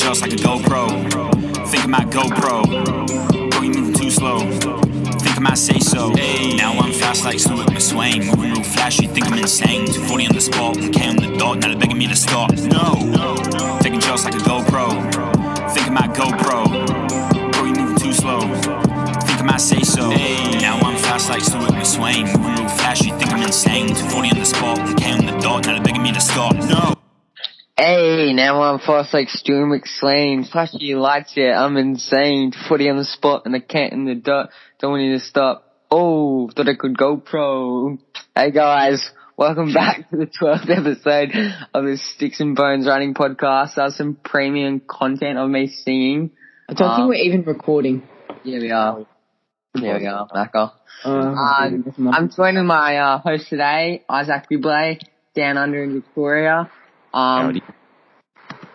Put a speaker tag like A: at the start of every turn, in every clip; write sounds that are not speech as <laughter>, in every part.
A: house like a GoPro. Think I might GoPro. Bro, you moving too slow. Think I might say so. Now I'm fast like Stuart McSwain. Moving real flashy, think I'm insane. 240 on the spot, K on the dot. Now they're begging me to stop. No. Taking shots like a GoPro. Think I might GoPro. Bro, you moving too slow. Think I might say so. Now I'm fast like Stuart McSwain. Moving real flashy, think I'm insane. 240 on the spot, K on the dot. Now they're begging me to stop. No.
B: Hey, now I'm fast like Stu McSlane. Flashy lights, yeah, I'm insane. Footy on the spot and I can't in the dirt. Don't need to stop. Oh, thought I could go pro. Hey guys, welcome back to the 12th episode of the Sticks and Bones Running Podcast. That's some premium content of me singing.
C: I don't
B: Um,
C: think we're even recording.
B: Here we are. Here we are, Michael.
D: Uh,
B: Um,
C: Um,
B: I'm joining my uh, host today, Isaac Buble, down under in Victoria. Um,
E: Howdy.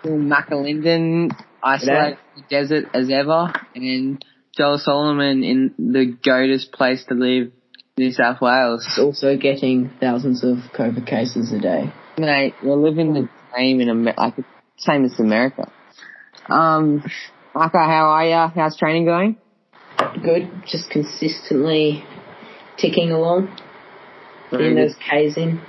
B: Phil McAlinden, isolated in the desert as ever, and Joel Solomon in the goatest place to live, New South Wales.
C: also getting thousands of COVID cases a day.
B: Mate, we're living the dream in America, like it's the same as America. Um, Michael, how are ya? How's training going?
D: good, just consistently ticking along, getting those Ks in.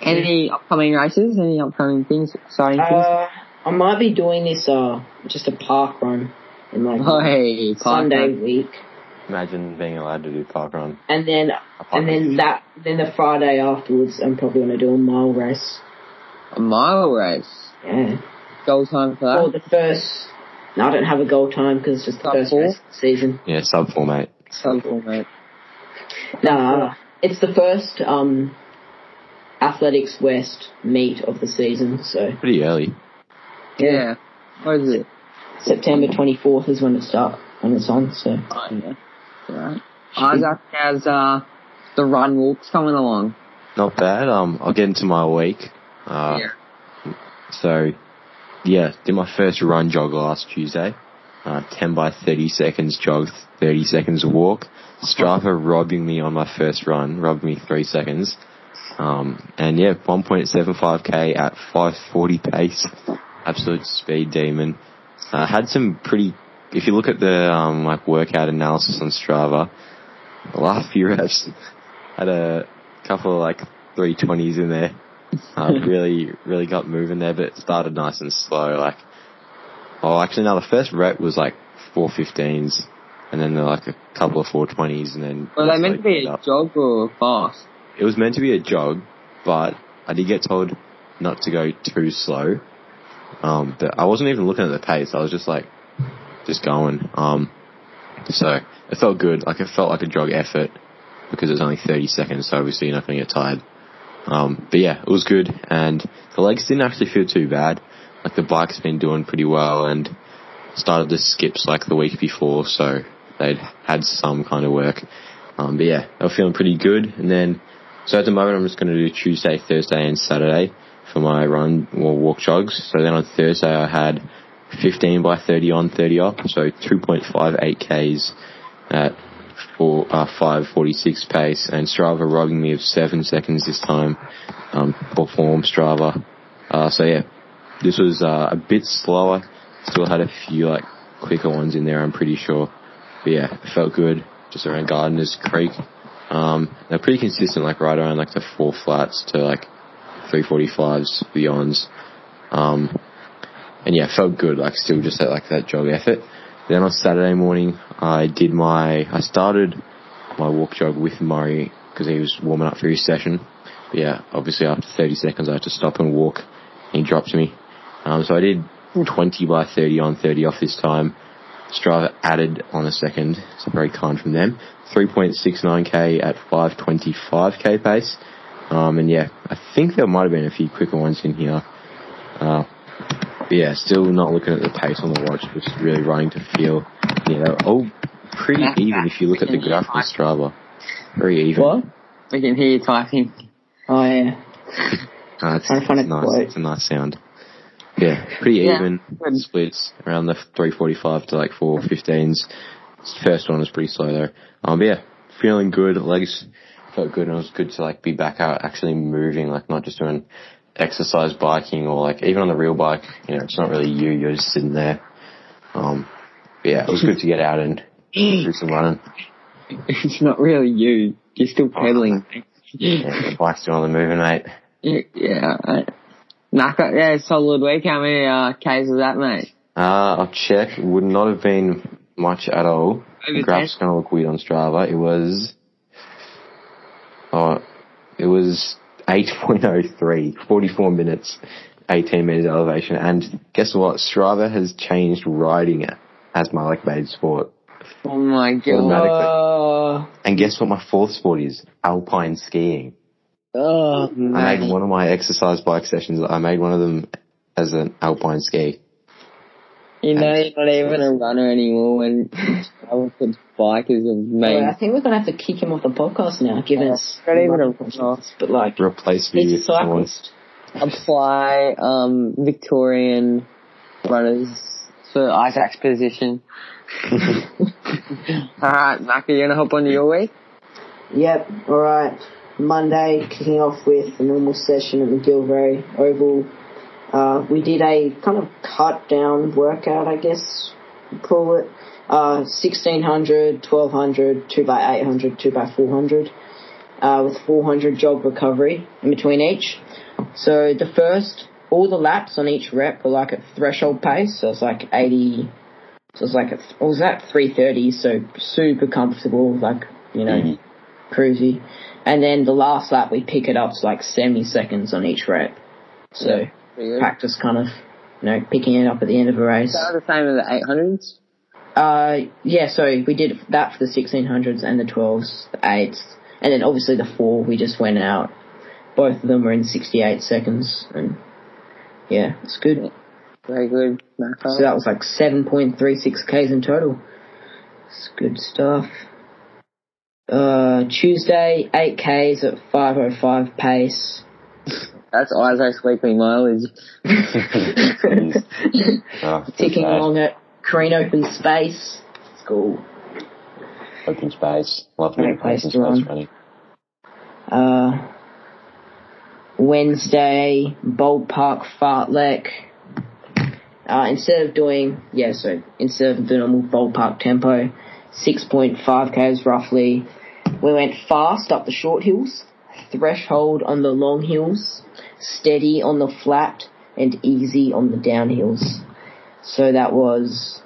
B: Any upcoming races? Any upcoming things? Exciting things?
D: Uh, I might be doing this uh just a park run in like
B: Oh, hey,
D: Sunday week,
E: Imagine being allowed to do park run.
D: and then and then that then the Friday afterwards, I'm probably gonna do a mile race.
B: A mile race.
D: Yeah,
B: Goal time for
D: or
B: that.
D: the first. No, I don't have a goal time because it's just the
B: Sub
D: first
B: four?
D: race of the season.
E: Yeah, sub four, mate.
B: So cool, mate.
D: No, it's the first um Athletics West meet of the season, so
E: Pretty early.
B: Yeah. What is it?
D: September 24th is when it starts, when it's on, so.
B: Oh, yeah. Alright. Isaac has uh, the run walks coming along.
E: Not bad. Um, I'll get into my week. Uh,
B: yeah.
E: So, yeah, did my first run jog last Tuesday. Uh, 10 by 30 seconds jog, 30 seconds
D: <laughs>
E: walk. Strava robbing me on my first run, robbed me three seconds. Um, and yeah, 1.75k at 540 pace. Absolute speed demon. I had some pretty, if you look at the, um, like workout analysis on Strava, the last few <laughs> reps had a couple of like 320s in there
B: <laughs>
E: uh, really, really got moving there, but it started nice and slow. Like, oh, actually, no, the first rep was like 415s, and then there were like a couple of 420s, and then.
B: Well, they meant to be
E: it
B: a
E: up.
B: jog or a fast.
E: It was meant to be a jog, but I did get told not to go too slow. Um, but I wasn't even looking at the pace, I was just like, just going. Um, so it felt good. Like, it felt like a jog effort because it's only 30 seconds, so obviously you're not going to get tired. Um, but yeah, it was good, and the legs didn't actually feel too bad. Like the bike's been doing pretty well, and started the skips like the week before, so they'd had some kind of work. Um, but yeah, they were feeling pretty good, and then so at the moment I'm just going to do Tuesday, Thursday, and Saturday for my run or walk jogs. So then on Thursday I had 15 by 30 on, 30 off, so 2.58 k's at four, uh, 5.46 pace, and Strava robbing me of seven seconds this time. Um, perform Strava. Uh, so yeah, this was uh, a bit slower. Still had a few like quicker ones in there, I'm pretty sure. But yeah, it felt good. Just around Gardeners Creek. Um, they're pretty consistent, like right around like the four flats to like 345s, beyonds. Um, and yeah, felt good. Like still just that like that jog effort. Then on Saturday morning, I did my I started my walk jog with Murray because he was warming up for his session. But yeah, obviously after 30 seconds, I had to stop and walk. He dropped me, um, so I did 20 by 30 on 30 off this time. Strava added on the second, so very kind from them. 3.69k at 525k pace. Um, and yeah, I think there might have been a few quicker ones in here. Uh, but yeah, still not looking at the pace on the watch, just really running to feel. Yeah, they're all pretty
B: That's
E: even
B: that.
E: if you look at the graph on Strava. Very even.
C: What?
B: We can hear you typing. <laughs>
D: Oh yeah.
E: Uh, it's,
D: Trying to find
E: it's
D: a
E: nice.
D: quote.
E: It's a nice sound. Yeah, pretty
B: Yeah,
E: even
B: good.
E: splits around the 345 to like 415s. First one was pretty slow though. Um, but yeah, feeling good. Legs felt good, and it was good to like be back out actually moving, like not just doing exercise biking or like even on the real bike. You know, it's not really you. You're just sitting there Um, but yeah, it was good to get out and do some running.
B: It's not really you. You're still
E: Ah.
B: pedaling.
E: Yeah, the bike's still on the move, mate.
B: Yeah. I, knock up. Yeah, solid week. How many uh, Ks was that, mate?
E: Uh, I'll check. It would not have been much at all.
B: Over
E: the graph's going to look weird on Strava. It was, oh, it was 8.03, 44 minutes, 18 meters elevation. And guess what? Strava has changed riding it as my like main sport
B: Oh my god.
E: automatically.
D: Uh,
E: and guess what? My fourth sport is alpine skiing.
B: Oh,
E: I
B: mate.
E: made one of my exercise bike sessions. I made one of them as an alpine ski.
B: You know you're not even a runner anymore and I was a bike is
D: anyway, I
B: amazing.
D: think we're gonna have to kick him off the podcast now, given it's
B: Not even a
D: but like
E: Replace me
D: he's a
E: with someone.
D: cyclist.
B: Apply um Victorian runners for Isaac's <laughs> position. Alright, Maka, you gonna hop onto your week?
D: Yep. All right. Monday, kicking off with a normal session at the Gilvary Oval. Uh, we did a kind of cut down workout, I guess you call it. Uh, 1600, 1200, 2 by 800, 2 by 400, uh, with 400 jog recovery in between each. So the first, all the laps on each rep were like at threshold pace, so it's like 80, so it's like, a, it was that 330, so super comfortable, like, you know, cruisy. And then the last lap, we pick it up to like 70 seconds on each rep. So
B: Pretty good.
D: practice kind of, you know, picking it up at the end of a
B: Is
D: race.
B: that the same as the eight hundreds?
D: Uh, yeah, so we did that for the 1600s and the 12s, the 8s, and then obviously the 4, we just went out. Both of them were in 68 seconds, and yeah, it's good.
B: Very good, Maka.
D: So that was like 7.36Ks in total. It's good stuff. Uh, Tuesday, 8Ks at 505 pace.
B: That's Isaac's weekly mileage.
D: <laughs>
E: Jeez. Oh, that's
D: Ticking
E: bad.
D: along at Korean Open Space. It's cool.
E: Open space. Love
D: Great
E: me to
D: place
E: open
D: to run.
E: space running.
D: uh, Wednesday, Bold Park Fartlek. Uh, instead of doing, yeah, so instead of the normal Bold Park tempo, 6.5Ks roughly, we went fast up the short hills, threshold on the long hills, steady on the flat, and easy on the downhills. So that was,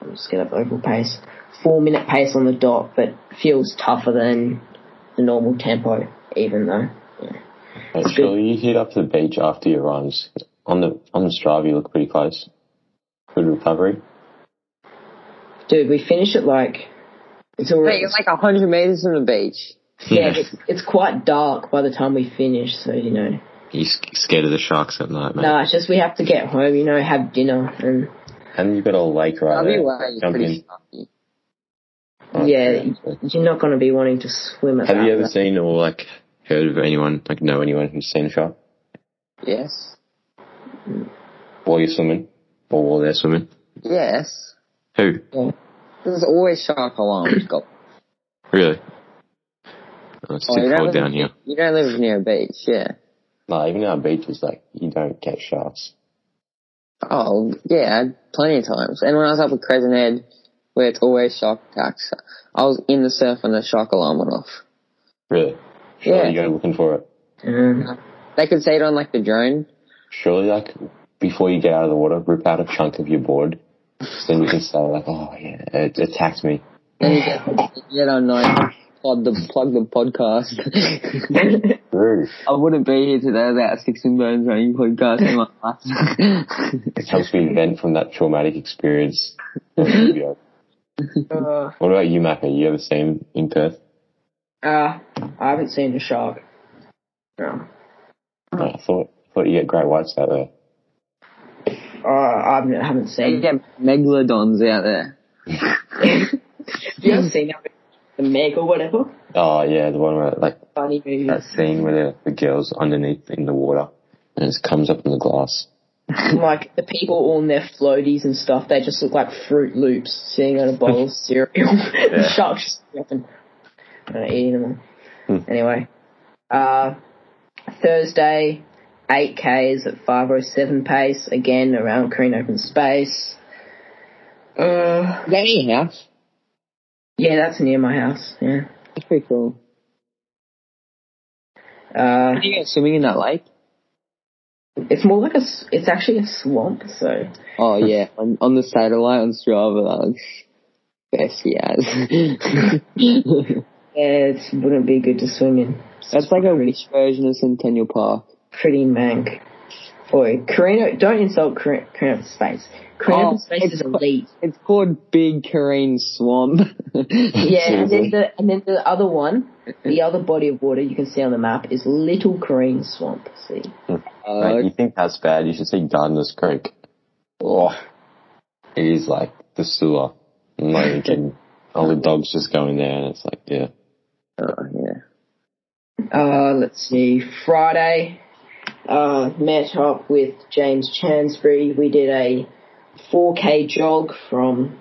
D: I'm just get up the overall pace, four minute pace on the dot, but feels tougher than the normal tempo, even though. Yeah.
E: Make sure you hit up the beach after your runs. On the on the Strava, you look pretty close. Good recovery.
D: Dude, we finish it like it's
B: Mate,
D: already
B: you're like hundred meters from the beach.
E: <laughs>
D: yeah, it's, it's quite dark by the time we finish, so you know.
E: You scared of the sharks at night, mate.
D: No, it's just we have to get home, you know, have dinner and
E: And you've got a lake right
B: I'll be
E: there.
B: way
E: Jump in.
B: pretty snarky.
E: Oh,
D: yeah, you're not gonna be wanting to swim at
E: Have
D: that
E: you ever
D: rate.
E: seen or like heard of anyone, like know anyone who's seen a shark
B: Yes.
E: while you're swimming or while they're swimming?
B: Yes.
E: Who?
B: There's always shark alarms. <coughs> Got
E: Really? Oh, it's
B: Oh,
E: too
B: you don't
E: cold
B: live-
E: down here.
B: You don't live near a beach, yeah.
E: No, even our beach is like you don't catch sharks.
B: Oh, yeah, plenty of times. And when I was up at Crescent Head, where it's always shark attacks, I was in the surf when the shark alarm went off.
E: Really? Surely
B: Yeah.
E: you go looking for it.
D: Um,
B: They could say it on like the <laughs> drone.
E: Surely, like before you get out of the water, rip out a chunk of your board. So then you can say like, oh yeah, it attacked me.
B: Then you get, you get on like, plug the, plug the podcast. <laughs>
E: True.
B: I wouldn't be here today without Six and Bones running podcast in my <laughs> life.
E: It helps me vent from that traumatic experience. what
D: uh,
E: about you, Maka? You ever seen him in Perth?
D: uh, I haven't seen a shark. No.
E: No, I thought thought you get great whites out there.
D: Uh, I haven't- haven't
B: you
D: seen.
B: get megalodons out there.
D: Have you ever <laughs> seen that? The Meg or whatever?
E: Oh yeah, the one where like
D: Funny movie.
E: that scene where the, the girl's underneath in the water and it comes up in the glass.
D: like the people all in their floaties and stuff, they just look like Fruit Loops sitting on a bowl of cereal. the sharks just up and uh, eating them. all. Anyway, uh, Thursday, eight Ks at five oh seven pace again around Korean Open Space. Uh,
B: Is that in your house?
C: Yeah, that's near my house. Yeah.
B: That's pretty cool.
C: Uh,
B: Did you go swimming in that lake?
C: it's more like a. s- It's actually a swamp. So
B: Oh yeah, on, on the satellite on Strava, that looks best he <laughs> has.
C: yeah, it wouldn't be good to swim in.
B: That's like a rich version of Centennial Park.
C: pretty mank. Boy, Karina, don't insult Kar- Karina's space. Karina's
B: Oh,
C: space is
B: it's-
C: elite.
B: It's called Big Kareen <laughs> Swamp.
C: Yeah, and then
E: Seriously.
C: the and then the other one, the other body of water you can see on the map is Little Kareen Swamp. See,
B: Uh,
E: Mate, you think that's bad? You should see Gardener's Creek. Oh, it is like the sewer. I'm not
B: <laughs>
E: even kidding. All the dogs just go in there, and it's like, yeah.
B: oh, yeah.
C: uh, let's see, Friday.
D: uh, met up with James Chansbury. We did a 4K jog from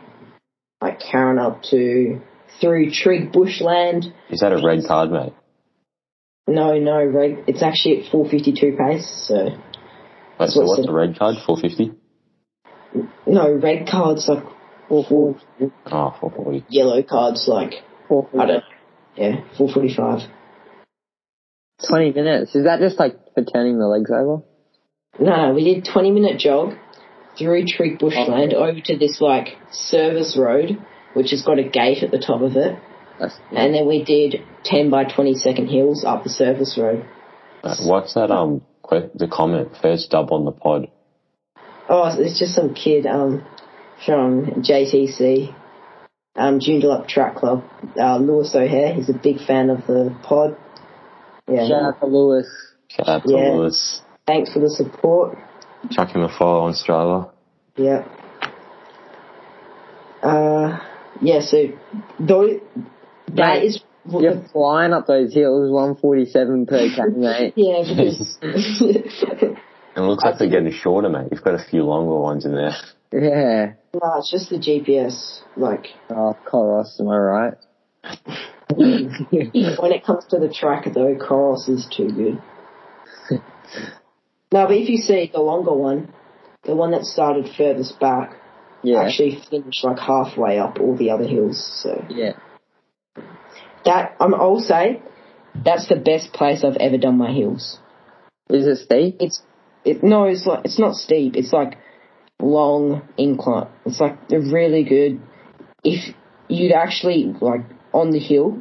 D: like Karen up to through Trig Bushland.
E: Is that a red card, mate?
D: No, no, reg- it's actually at 452 pace, so.
E: Wait, so
D: What's
E: what's
D: the-
E: the red card? 450?
D: No, red card's like four,
E: Oh, 440.
D: yellow card's like, I don't yeah, 445.
B: 20 minutes. Is that just like for turning the legs over?
D: No, no, we did 20 minute jog through Trig
B: Oh.
D: Bushland over to this like service road, which has got a gate at the top of it.
B: That's,
D: And then we did 10 by 20 second hills up the service road.
E: Uh, What's that, um, que- the comment? First dub on the pod.
D: Oh, it's just some kid um, from JTC, um, Joondalup Track Club, uh, Lewis O'Hare. He's a big fan of the pod. Yeah.
B: shout out to Lewis.
E: Shout out to
D: Yeah.
E: Lewis.
D: Thanks for the support.
E: Chuck him a follow on Strava.
D: Yeah. Uh, yeah, so though that
B: Mate,
D: is
B: You're flying up those hills, 147 per k, <laughs> mate.
D: yeah, because
E: And it looks like they're getting shorter, mate. You've got a few longer ones in there.
B: Yeah.
D: no, it's just the GPS. Like
B: Oh, Coros, am I right?
D: when it comes to the track though, Koros is too good. no, but if you see the longer one, the one that started furthest back
B: Yeah.
D: actually finished like halfway up all the other hills, so
B: Yeah.
D: that I'm I'll say that's the best place I've ever done my hills.
B: Is it steep?
D: it's it no, it's like it's not steep. It's like long incline. It's like a really good. If you'd actually like on the hill,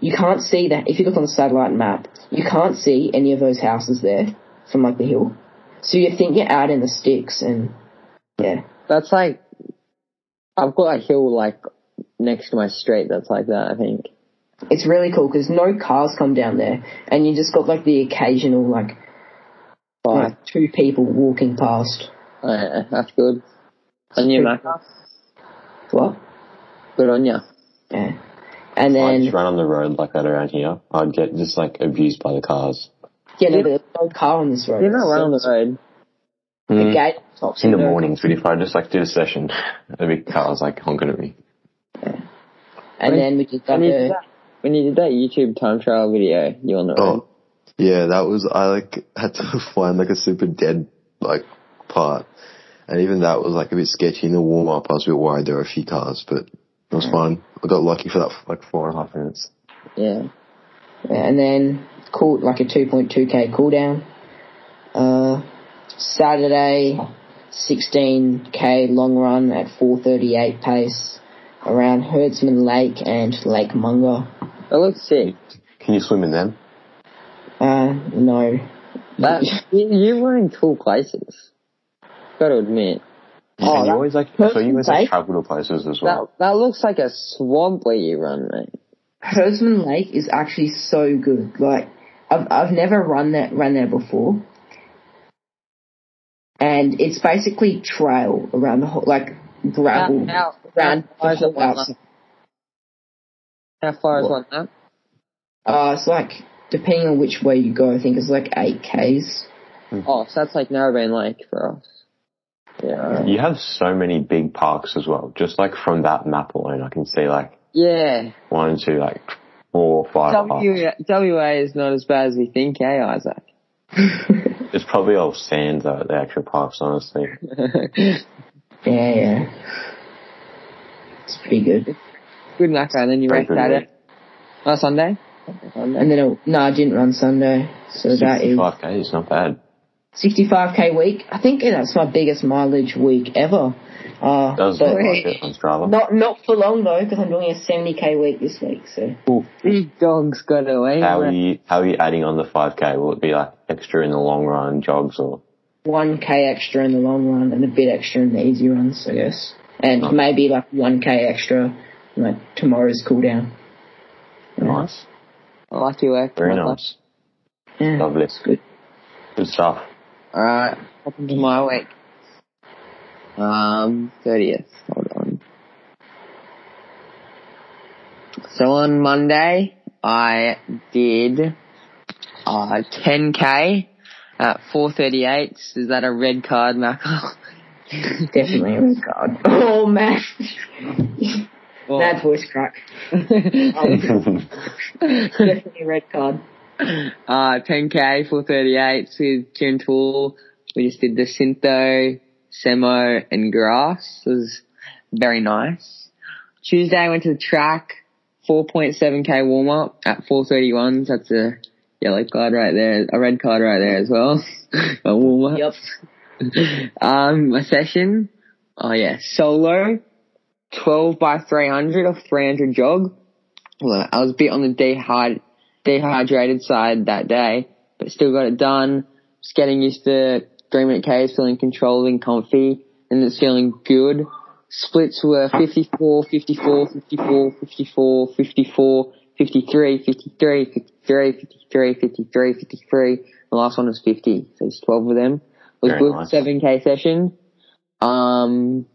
D: you can't see that. If you look on the satellite map, you can't see any of those houses there from like the hill. So you think you're out in the sticks, and yeah,
B: That's like, I've got a hill like next to my street that's like that, I think.
D: it's really cool because no cars come down there, and you just got like the occasional like
B: Five.
D: like two people walking past.
B: Yeah, that's good. On you, mate.
D: What?
B: Good on you.
D: Yeah. And
E: I'd
D: then
E: just run on the road like that around here. I'd get just like abused by the cars.
D: yeah, no, there's no car on this road.
B: You're not
D: So
B: right on the
D: it's-
B: road.
D: the gate at the top.
E: Mm. In the
D: so
E: mornings, but if I just like did a session, there'd be cars like honking at me.
D: And then we just got
B: When you, did
D: the
B: that, when you did that YouTube time trial video, you on the road.
F: Oh, yeah, that was I like had to <laughs> find like a super dead like part, and even that was like a bit sketchy in the warm up. I was a bit worried there were a few cars, but it was fine. I got lucky for that like four and a half minutes.
B: Yeah.
D: and then cool like a 2.2k cooldown. Uh, Saturday, 16k long run at 4:38 pace around Herdsman Lake and Lake Munger.
B: That looks sick.
E: Can you swim in them?
D: Uh, no,
B: <laughs> That, you, you were in cool places. Gotta admit.
E: and you always like, so you always
D: Right.
E: like travel to places
F: Oh.
E: as
B: Oh, That
E: well.
B: that looks like a swamp where you run, mate.
D: Herdsman Lake is actually so good. Like I've I've never run that run there before. And it's basically trail around the whole like gravel
B: How- how-
D: around
B: how far
D: the
B: is it
D: whole
B: one
D: outside.
B: How far is one lap?
D: Uh it's like depending on which way you go, I think it's like eight Ks.
F: Hmm.
B: Oh, so that's like Narrabeen Lake for us. Yeah.
E: You have so many big parks as well. Just like from that map alone, I can see like
B: Yeah.
E: one, two, like four, five
F: Ah,
E: parks.
B: W- WA is not as bad as we think, eh, Isaac? <laughs>
E: It's probably all sand though, the actual parks, honestly.
D: Yeah, yeah.
C: It's pretty good.
B: Good luck, and then you
F: Very
B: rest
F: good
B: at
F: mate.
B: it. On Sunday? Sunday.
C: And then,
D: uh,
C: it, no, I didn't run Sunday. So that is
E: 65k is not bad.
C: 65k week. I think that's my biggest mileage week ever. Uh,
E: Does
C: but
E: look like it on Strava.
C: not not for long though, because I'm doing a 70k week this week. So
B: These dogs got away.
E: How are
B: man.
E: you? How are you adding on the 5k? Will it be like extra in the long run jogs or?
C: 1k extra in the long run and a bit extra in the easy runs, I guess. And
E: Nice.
C: maybe like 1k extra in like tomorrow's cooldown.
E: Nice,
B: Lucky work.
E: very nice,
C: Yeah,
E: Lovely.
C: It's good.
E: good stuff.
B: Alright, happened to my week. Um, 30th. Hold on. So on Monday, I did, uh, 10k at 4.38. Is that a red card, Michael? <laughs>
C: Definitely a red card. <laughs> Oh
E: <laughs>
C: man, that voice crack. Definitely a red card.
B: uh, 10k, 438 with Gentle. We just did the Cinto, Semo, and Grass. It was very nice. Tuesday I went to the track, 4.7k warm up at 431. So that's a yellow card right there, a red card right there as well. <laughs> a warm up.
C: Yep.
B: Um, my session. Oh yeah, solo, 12 by 300 or 300 jog. Look, I was a bit on the dehyd- dehydrated side that day, but still got it done. Just getting used to three minute Ks, feeling controlled and comfy, and it's feeling good. Splits were 54, 54, 54, 54, 54, 53, 53, 53, 53, 53, 53. The last one was 50, so it's 12 of them. It was
E: Very
B: good
E: nice.
B: 7k session. Um,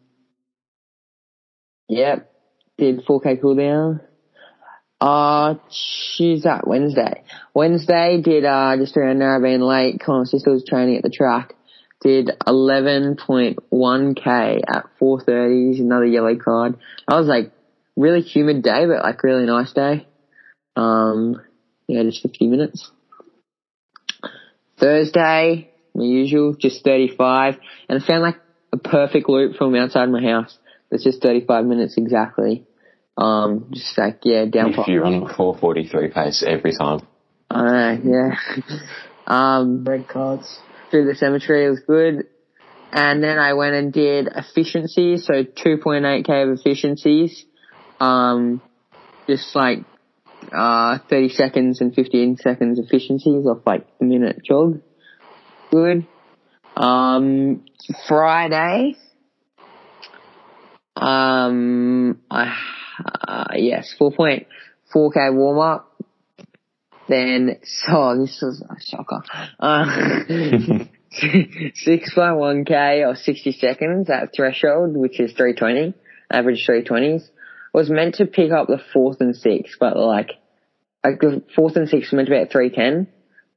B: yep, did 4k cooldown. Uh, she's at Wednesday. Wednesday did, uh, just around there, I've been late, Connor sister was training at the track. Did 11.1k at 4.30, another yellow card. I was like, really humid day, but like really nice day. Um, yeah, just 50 minutes. Thursday, my usual, just 35, and I found like a perfect loop from outside my house. It's just 35 minutes exactly. Um, just like, yeah, down
E: If you run a 443 pace every time,
B: I know, yeah. um,
C: Red cards.
B: through the cemetery, it was good. And then I went and did efficiencies, so 2.8k of efficiencies. Um, just like, uh, 30 seconds and 15 seconds efficiencies off like a minute jog. Good. Um, Friday, um, I, uh, yes, 4.4k warm up. Then, <laughs> so this was a shocker. Uh, <laughs> six by one k or sixty seconds at threshold, which is three twenty, average three twenties. Was meant to pick up the fourth and sixth, but like, like the fourth and sixth were meant to be at three ten,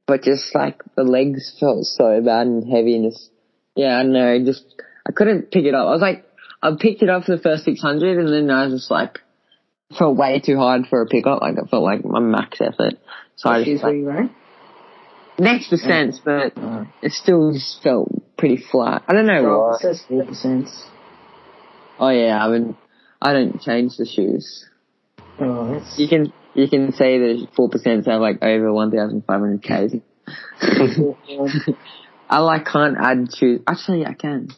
B: but just like the legs felt so bad and heavy and just yeah, I don't know, just I couldn't pick it up. I was like, I picked it up for the first six hundred, and then I was just like, felt way too hard for a pickup. Like it felt like my max effort. So I
C: Shoes
B: just
C: were
B: like,
C: you wearing?
B: next to sense, but
C: Uh,
B: it still just felt pretty flat. I don't know
C: it
B: why.
C: says four percent.
B: Oh yeah, I mean, I don't change the shoes.
C: Oh,
E: <laughs>
C: that's
B: You can you can say that four percent have like over one thousand five hundred k's.
C: awful.
B: I like can't add shoes. Actually, I can.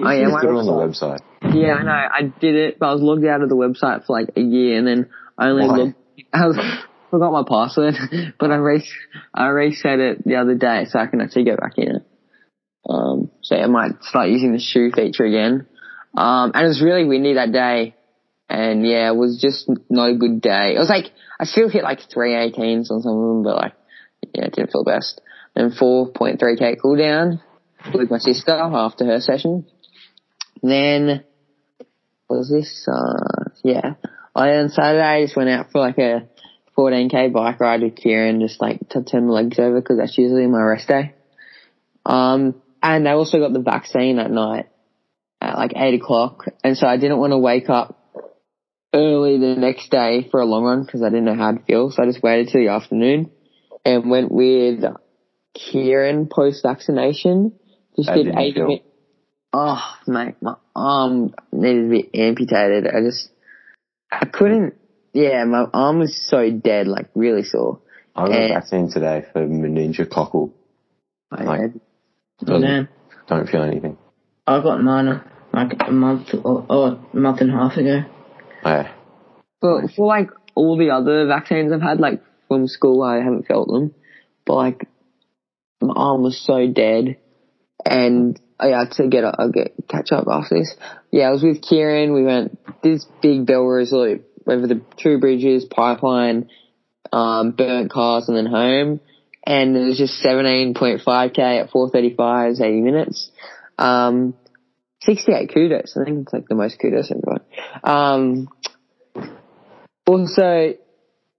B: Oh yeah,
E: it's
B: my-
E: good on the website.
B: yeah, I know. I did it, but I was logged out of the website for like a year, and then I only
E: Why?
B: logged. I was, <laughs> forgot my password, <laughs> but I res I reset it the other day, so I can actually go back in it. Um, so I might start using the shoe feature again. Um, and it was really windy that day, and yeah, it was just no good day. It was like I still hit like three eighteens on some of them, but like yeah, it didn't feel best. Then four point three k cooldown with my sister after her session. Then what was this? Uh, yeah. I on Saturday I just went out for like a 14k bike ride with Kieran, just like to turn my legs over because that's usually my rest day. Um, and I also got the vaccine at night at like eight o'clock, and so I didn't want to wake up early the next day for a long run because I didn't know how to feel, so I just waited till the afternoon and went with Kieran post vaccination. Just
E: How
B: did
E: did you
B: 80
E: feel?
B: minutes. Oh, mate, my arm needed to be amputated. I just, I couldn't. Yeah, my arm was so dead, like really sore.
E: I got a
B: Eh.
E: vaccine today for meningococcal.
B: I
E: Like-
B: had-
E: Doesn't,
D: Man.
E: Don't feel anything.
D: I got mine like a month or, or a month and a half ago.
E: Oh, Yeah.
B: for, for like all the other vaccines I've had, like from school, I haven't felt them, but like my arm was so dead, and I had to get I'll get catch up after this. Yeah, I was with Kieran. We went this big Belrose loop over the two bridges, pipeline, um, burnt cars, and then home. And it was just 17.5k at 4:35, is 80 minutes. Um, 68 kudos. I think it's like the most kudos I've got. Um, also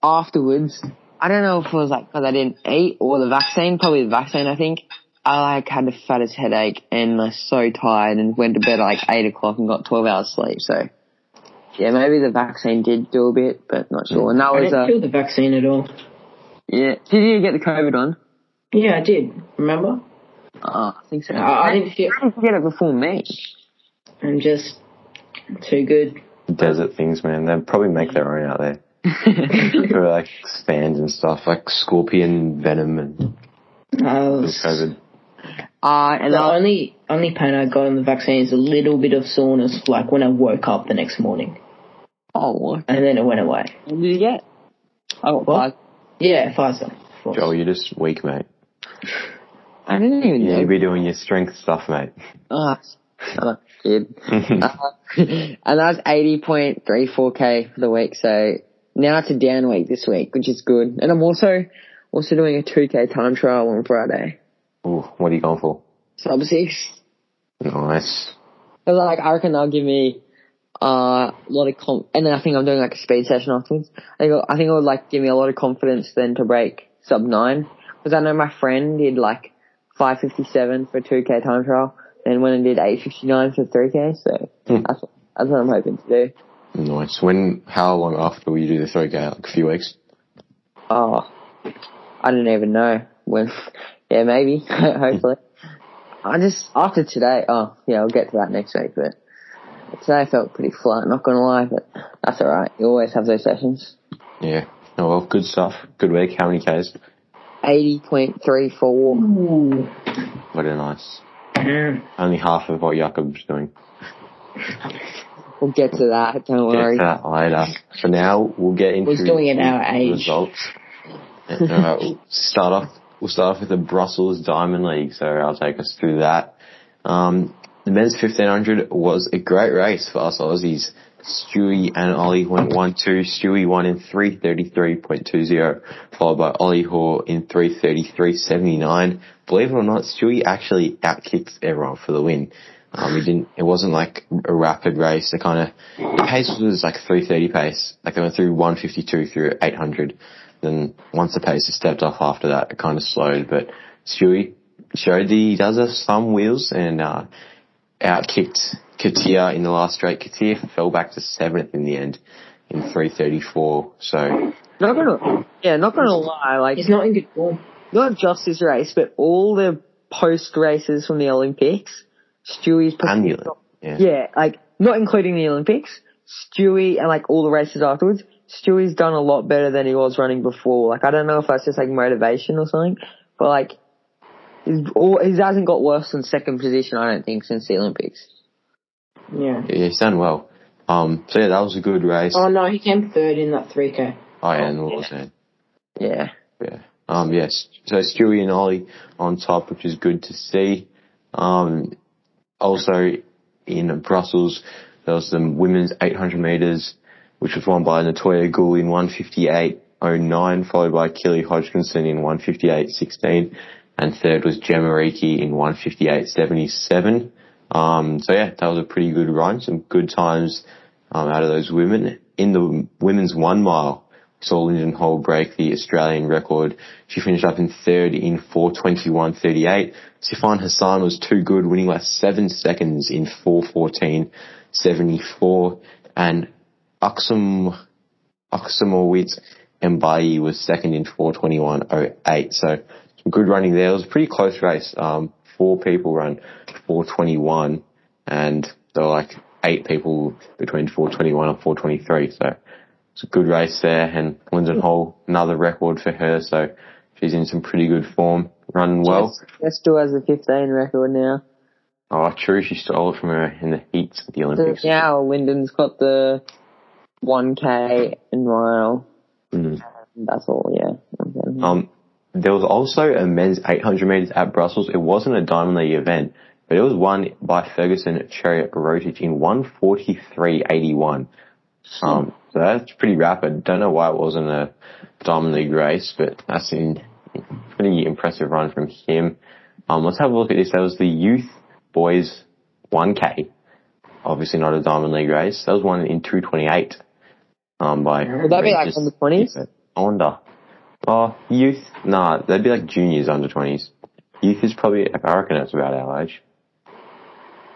B: afterwards i don't know if it was like because i didn't eat or the vaccine probably the vaccine i think i like had the fattest headache and i was so tired and went to bed at like 8 o'clock and got 12 hours sleep so yeah maybe the vaccine did do a bit but not sure and that
D: I
B: was
D: didn't
B: uh,
D: feel the vaccine at all.
B: yeah did you get the covid on
D: Yeah, I did. Remember?
B: uh, i think so
D: I, I didn't feel.
B: How did you get it before me
D: I'm just too good.
E: Desert things, man. They probably make their own out there. <laughs> For like fans and stuff, like scorpion venom and
D: I was-
E: COVID.
B: uh, and
D: The
B: I,
D: only only pain I got on the vaccine is a little bit of soreness, like when I woke up the next morning,
B: oh what
D: and then it went away.
B: did you get i got
D: What?
B: five
D: Yeah, Pfizer. of course.
E: Joel, you're just weak, mate.
B: i didn't even
E: You
B: know
E: need to be doing your strength stuff, mate.
B: Oh, I'm a kid. uh, <laughs> and that's 80.34k for the week. So now it's a down week this week, which is good. And I'm also also doing a 2k time trial on Friday.
E: Ooh, what are you going for?
B: Sub six.
E: Nice.
B: Because like I reckon that'll give me uh, a lot of com. And then I think I'm doing like a speed session afterwards. I think it'll- I think it would like give me a lot of confidence then to break sub nine. Because I know my friend did like 5:57 for 2k time trial, then went and did 8:59 for 3k. So that's what, that's what I'm hoping to do.
E: Nice. When, how long after will you do the 3K? Like a few weeks?
B: Oh, I don't even know when. Yeah, maybe. <laughs> Hopefully. I just after today. Oh, yeah, I'll get to that next week. But today I felt pretty flat. Not gonna lie, but that's all right. You always have those sessions.
E: Yeah. Oh well, good stuff. Good week. How many Ks?
B: Eighty point three four.
D: Ooh.
E: Very nice.
D: Mm.
E: Only half of what Jakob's doing.
B: We'll get to that. Don't
E: Get
B: worry.
E: to that later. So now we'll get into
D: Was doing it our
E: the
D: age.
E: results.
D: <laughs>
E: Alright, we'll start off. We'll start off with the Brussels Diamond League. So I'll take us through that. Um, the men's 1500 was a great race for us Aussies. Stewie and Ollie went 1-2. Stewie won in 333.20, followed by Ollie Hoare in 333.79. Believe it or not, Stewie actually outkicked everyone for the win. Um, he didn't, it wasn't like a rapid race. They kind of, the pace was like 330 pace. Like they went through 152 through 800. Then once the pace stepped off after that, it kind of slowed, but Stewie showed that he does have some wheels and, uh, outkicked Katia in the last straight. Katia fell back to seventh in the end in 334. So
B: Not gonna. Yeah, not gonna lie. Like
D: He's not in good form.
B: not just this race, but all the post races from the Olympics. Stewie's
E: and the-
B: performance-
E: yeah.
B: Yeah, like not including the Olympics, Stewie and like all the races afterwards, Stewie's done a lot better than he was running before. Like I don't know if that's just like motivation or something, but like he's, all, he hasn't got worse than second position. I don't think since the Olympics.
D: Yeah.
E: yeah, he's done well. Um, so yeah, that was a good race.
D: Oh no, he came third in that three k.
E: I am the Lord's hand.
B: Yeah,
E: Yeah. Um, yes. So Stewie and Ollie on top, which is good to see. Um, also in Brussels, there was some women's 800 meters, which was won by Natoya Gould in 158.09, followed by Kelly Hodgkinson in 158.16, and third was Gemma Riki in 158.77. Um, so yeah, that was a pretty good run, some good times um, out of those women. In the women's one mile, we saw Lyndon Hall break the Australian record. She finished up in third in 421.38. Sifan Hassan was too good, winning by seven seconds in 414.74. And Aksum Oxumowitz and Bayi was second in 421.08. So some good running there. It was a pretty close race. Um, four people run 421 and they were like eight people between 421 and 423. So it's a good race there and Lyndon Hall, another record for her. So she's in some pretty good form, running well.
B: That still has a 15 record now.
E: Oh, true. She stole it from her in the heats at the
B: So
E: Olympics.
B: now Lyndon's got the 1K and mile.
E: Mm.
B: Um, That's all, yeah. Okay.
E: Um, there was also a men's 800 meters at Brussels. It wasn't a Diamond League event, but it was won by Ferguson Chariot Rotic in 143.81. Um, so that's pretty rapid. Don't know why it wasn't a Diamond League race, but that's in pretty impressive run from him. Um, let's have a look at this. That was the youth boys 1K. Obviously not a Diamond League race. That was one in 228. Um, by
B: Would that be like
E: Regis-
B: under 20s?
E: I wonder. Oh, youth? Nah, they'd be like juniors under 20s. Youth is probably, I reckon that's about our age.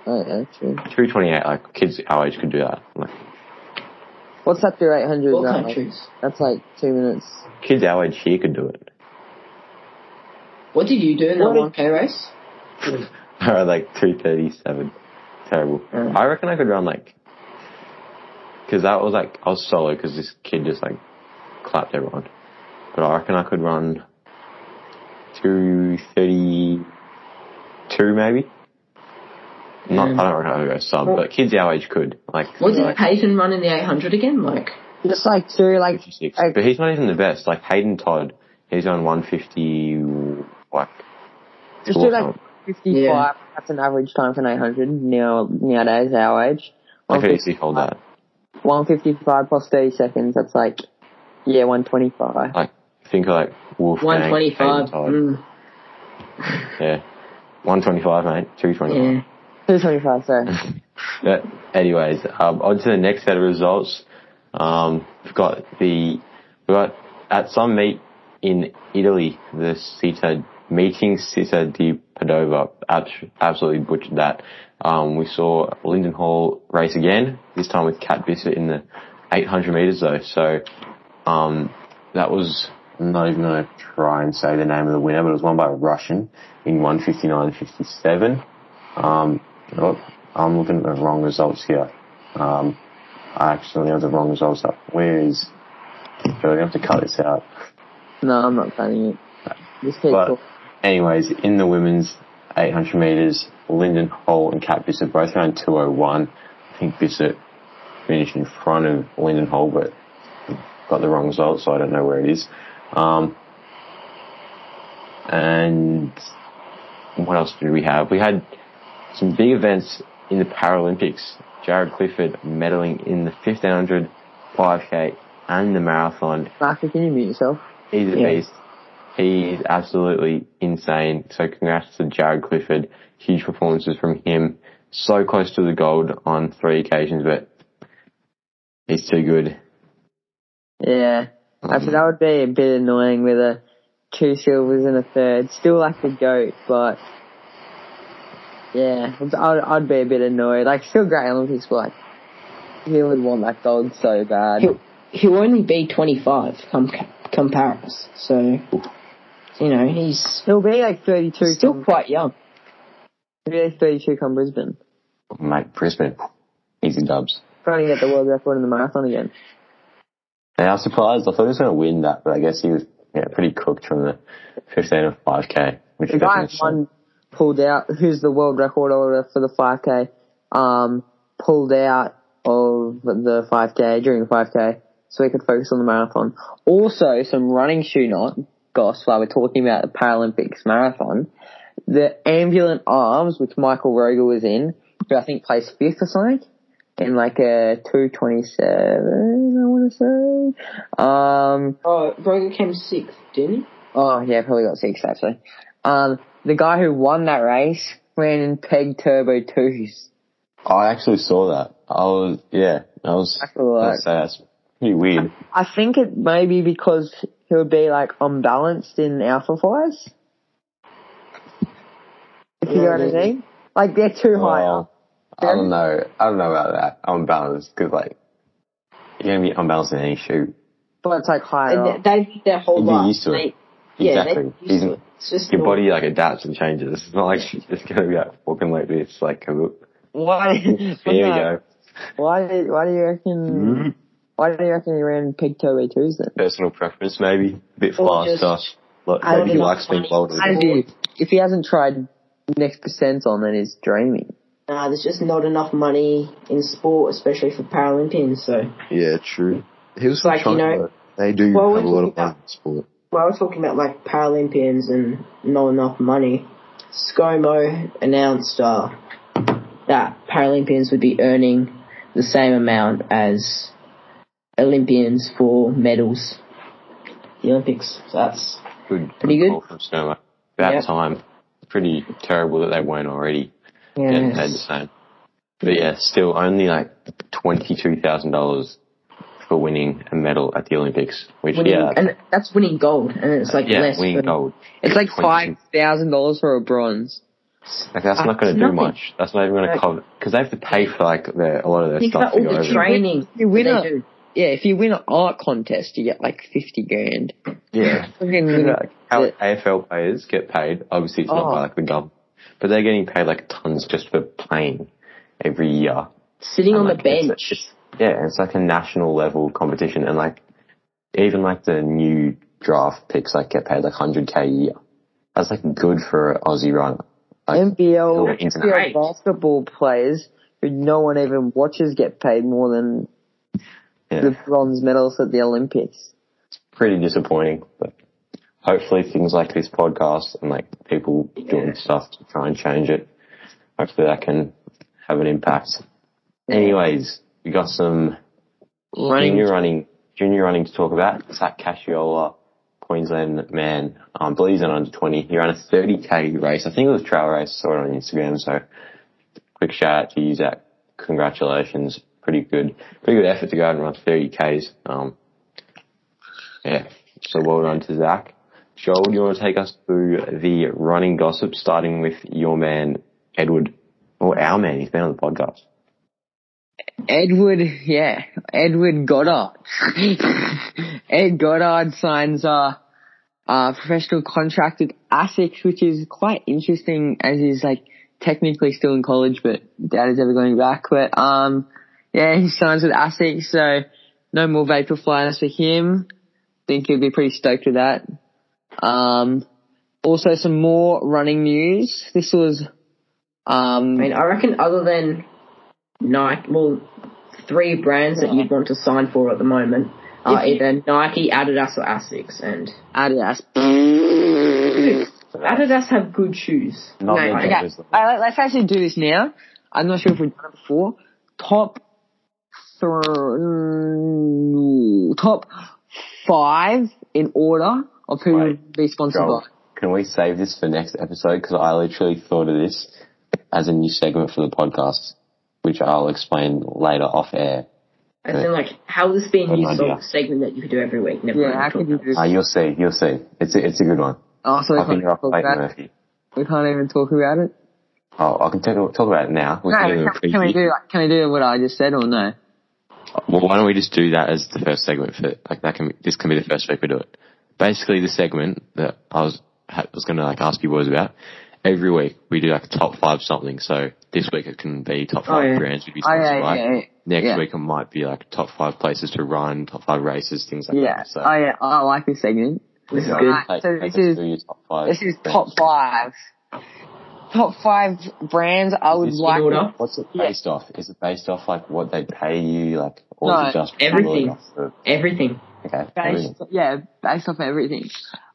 B: Oh, yeah, true.
E: 228, like, kids our age could do that. Like,
B: What's that through 800?
C: What
B: Is that like,
C: countries?
B: that's like two minutes.
E: kids our age here could do it.
C: What did you do in that
B: What did-
C: 1K race?
E: <laughs> Or like 237. Terrible.
C: Mm.
E: I reckon I could run like, cause that was like, I was solo cause this kid just like clapped everyone. But I reckon I could run 232 maybe. Not, I don't reckon I could go sub, but kids our age could. Like,
C: Mm. What did
E: like
C: Peyton run in the 800 again? Like,
B: Just like two, like,
E: 56.
B: I-
E: But he's not even the best. Like Hayden Todd, he's on 150, like,
B: just
E: or
B: do like
E: something.
B: 55.
C: Yeah.
B: That's an average time for an 800 now, nowadays, our age.
E: I could easily hold that.
B: 155 plus 30 seconds, that's like, yeah, 125.
E: Like, think of like Wolf.
C: 125. Mm,
E: Yeah. 125, mate. 225.
C: yeah.
B: 225,
E: <laughs>
B: sorry.
E: But anyways, um, on to the next set of results. Um, we've got the, we've got at some meet in Italy, the Cita, meeting Cita di Padova. Abs- absolutely butchered that. Um, we saw Linden Hall race again, this time with Cat Bissett in the 800 meters though. So, um, that was not even going to try and say the name of the winner, but it was won by a Russian in 159.57. Um, oh, I'm looking at the wrong results here. Um, I actually have the wrong results up. Where is? So we have to cut this out.
B: No, I'm not cutting it. Just keep
E: But
B: talking.
E: anyways, in the women's 800 meters, Lyndon Hall and Kat Bissett both ran 201. I think Bissett finished in front of Lyndon Hall, but got the wrong result, so I don't know where it is. Um, and what else did we have? We had some big events in the Paralympics. Jared Clifford medaling in the 1500, 5k, and the marathon
B: Martha, can you mute yourself?
E: He's a
C: Yeah.
E: beast. He is absolutely insane. So congrats to Jared Clifford. Huge performances from him. So close to the gold on three occasions, but he's too good.
B: Yeah. Actually, that would be a bit annoying with a two silvers and a third. Still like the goat, but yeah, I'd, I'd be a bit annoyed. Like, still great Olympics, but like, he would want that gold so bad.
C: He'll, he'll only be 25 come, come Paris. So, you know, he's
B: He'll be like 32.
C: still
B: come-
C: quite young.
B: he'll be like 32 come Brisbane.
E: Mate, Brisbane. Easy dubs.
B: Trying to get the world record in the marathon again.
E: And I was surprised. I thought he was going to win that, but I guess he was yeah, pretty cooked from the 15 and 5k, which
B: The guy
E: doesn't
B: one pulled out, who's the world record holder for the 5K, um, pulled out of the 5K during the 5K so we could focus on the marathon. Also, some running shoe not, goss, while we're talking about the Paralympics marathon, the Ambulant Arms, which Michael Roger was in, who I think placed fifth or something, in like a 227, I want to say. Um,
C: Oh, Roger came sixth, didn't he?
B: Oh yeah, probably got six actually. Um, the guy who won that race ran in peg turbo twos.
E: I actually saw that. I was, yeah, I was,
B: I feel like-
E: I'd say that's pretty weird.
B: I think it may be because he would be like unbalanced in alpha flies. If you know what I mean, like they're too high
E: Well,
B: up.
E: Oh, I don't know. I don't know about that. I'm balanced because like you're gonna be unbalanced in any shoot.
B: but it's like higher
C: And
B: up.
C: they, their whole
E: You'd be
C: life.
E: used to it.
C: They, yeah,
E: Exactly.
C: they're used to
E: Isn't-
C: it. It's just
E: Your
C: normal.
E: body like adapts and
B: <laughs>
E: changes. It's not like it's gonna be like walking like this. Like here
B: Why?
E: we go.
B: Why did, why do you reckon? Why do you reckon he ran pig toe by twos then?
E: Personal preference, maybe. A bit
D: Or just-
E: faster. Like,
D: I
E: maybe
D: don't
E: he
D: know.
E: likes being bowled. a
B: I
E: little bit.
B: do. If he hasn't tried next percent on, then he's dreaming.
D: Nah, there's just not enough money in sport, especially for Paralympians. So
F: Yeah, true. He was
D: Like, you
F: trying,
D: know-
F: though. they do
D: Well, we're
F: have a lot of
D: talking
F: money
D: about-
F: in sport.
D: Well, we're talking about like Paralympians and not enough money. ScoMo announced uh, that Paralympians would be earning the same amount as Olympians for medals. The Olympics. So that's
E: Good,
D: Pretty good.
E: call from Snowman. About
D: Yep.
E: time. Pretty terrible that they weren't already getting paid the
D: yeah.
E: same. But yeah, still only like twenty-two thousand dollars for winning a medal at the Olympics, which
D: Winning,
E: yeah,
D: and that's winning gold, and it's like
E: yeah,
D: less.
E: winning
D: than-
E: gold.
B: It's like
E: 22.
B: five thousand dollars for a bronze.
E: Like that's not
D: That's
E: going to do
D: nothing.
E: much. That's not even going
D: Right.
E: to cover because they have to pay for like their, a lot of their
D: Think about
E: stuff to
D: all
E: go
D: the
E: over.
D: training
B: You win
D: that
B: a-
D: they do.
B: Yeah, if you win an art contest, you get like fifty grand.
E: Yeah,
B: Fucking
E: Like, how
B: the-
E: AFL players get paid. Obviously, it's not by
B: Oh.
E: like the government, but they're getting paid like tons just for playing every year.
D: Sitting
E: And,
D: on
E: like,
D: the
E: it's-
D: bench.
E: it's- yeah, it's like a national level competition, and like even like the new draft picks like get paid like hundred k a year. That's like good for an Aussie runner. Like,
B: NBL,
E: Right.
B: NBL basketball players who no one even watches get paid more than
E: yeah,
B: the bronze medals at the Olympics.
E: pretty disappointing, but hopefully things like this podcast and like people doing stuff to try and change it. Hopefully that can have an impact. Anyways, we got some junior running, junior running to talk about. Zach Casciola, Queensland man. Um, I believe he's an under 20. He ran a 30k race. I think it was a trail race. I saw it on Instagram. So quick shout out to you, Zach. Congratulations. Pretty good, pretty good effort to go out and run 30ks. Um, yeah. So well done to Zach. Joel, do you want to take us through the running gossip, starting with your man, Edward, or our man? He's been on the podcast.
B: Edward, yeah, Edward Goddard. Ed Goddard signs a, a professional contract with Asics, which is quite interesting as he's like technically still in college, but dad is ever going back. But um, yeah, he signs with Asics, so no more vapor flyers for him. Think he'll be pretty stoked with that. Um, also some more running news. This was um
D: I mean, I reckon other than Nike, well, three brands that you'd want to sign for at the moment are either Nike, Adidas, or Asics. And
B: Adidas.
D: Adidas have good shoes.
E: Not
B: No,
E: mentioned
B: okay.
E: was the-
B: All right, let's actually do this now. I'm not sure if we've done it before. Top three, top five in order of who
E: Right.
B: would be sponsored
E: Joel,
B: by.
E: can we save this for next episode? Because I literally thought of this as a new segment for the podcast, which I'll explain later off air.
D: As in, like, how will this be a new
E: Good
D: sort
E: idea.
D: of segment that you could do every week? Never
B: Yeah,
D: mind,
B: I
D: talk
B: can do
D: about
B: this.
E: Uh, you'll see, you'll see. It's a, it's a good one.
B: Oh, so we
E: I think
B: can't,
E: you're off
B: talk
E: Blake
B: about, it.
E: Murphy.
B: we can't even talk about it.
E: Oh, I can talk, talk about it now. We
B: No,
E: can do a
B: can, can we
E: preview.
B: do like, can we do what I just said or no?
E: Well, why don't we just do that as the first segment for like that can be, this can be the first week we do it. Basically, the segment that I was ha- was gonna like ask you boys about every week we do like a top five something. So this week it can be top five
D: yeah.
E: brands we'd be
B: Oh,
E: sponsored
B: yeah,
E: by.
B: yeah, yeah.
E: Next
B: Yeah.
E: week it might be like top five places to run, top five races, things like
B: Yeah.
E: that. So
B: Oh yeah, I like this segment.
D: This is
E: yeah,
D: good.
E: take-
B: So
E: take
B: this
E: us
B: is-
E: through your top five.
B: This is
E: brands.
B: top five. Top five brands I would
E: Is this
B: like.
D: in order?
E: What's it
B: Yeah.
E: based off? Is it based off like what they pay you, like, or
B: No,
E: is it just
D: everything.
E: off the-
D: Everything.
E: Okay. everything.
B: Based, yeah, based off everything.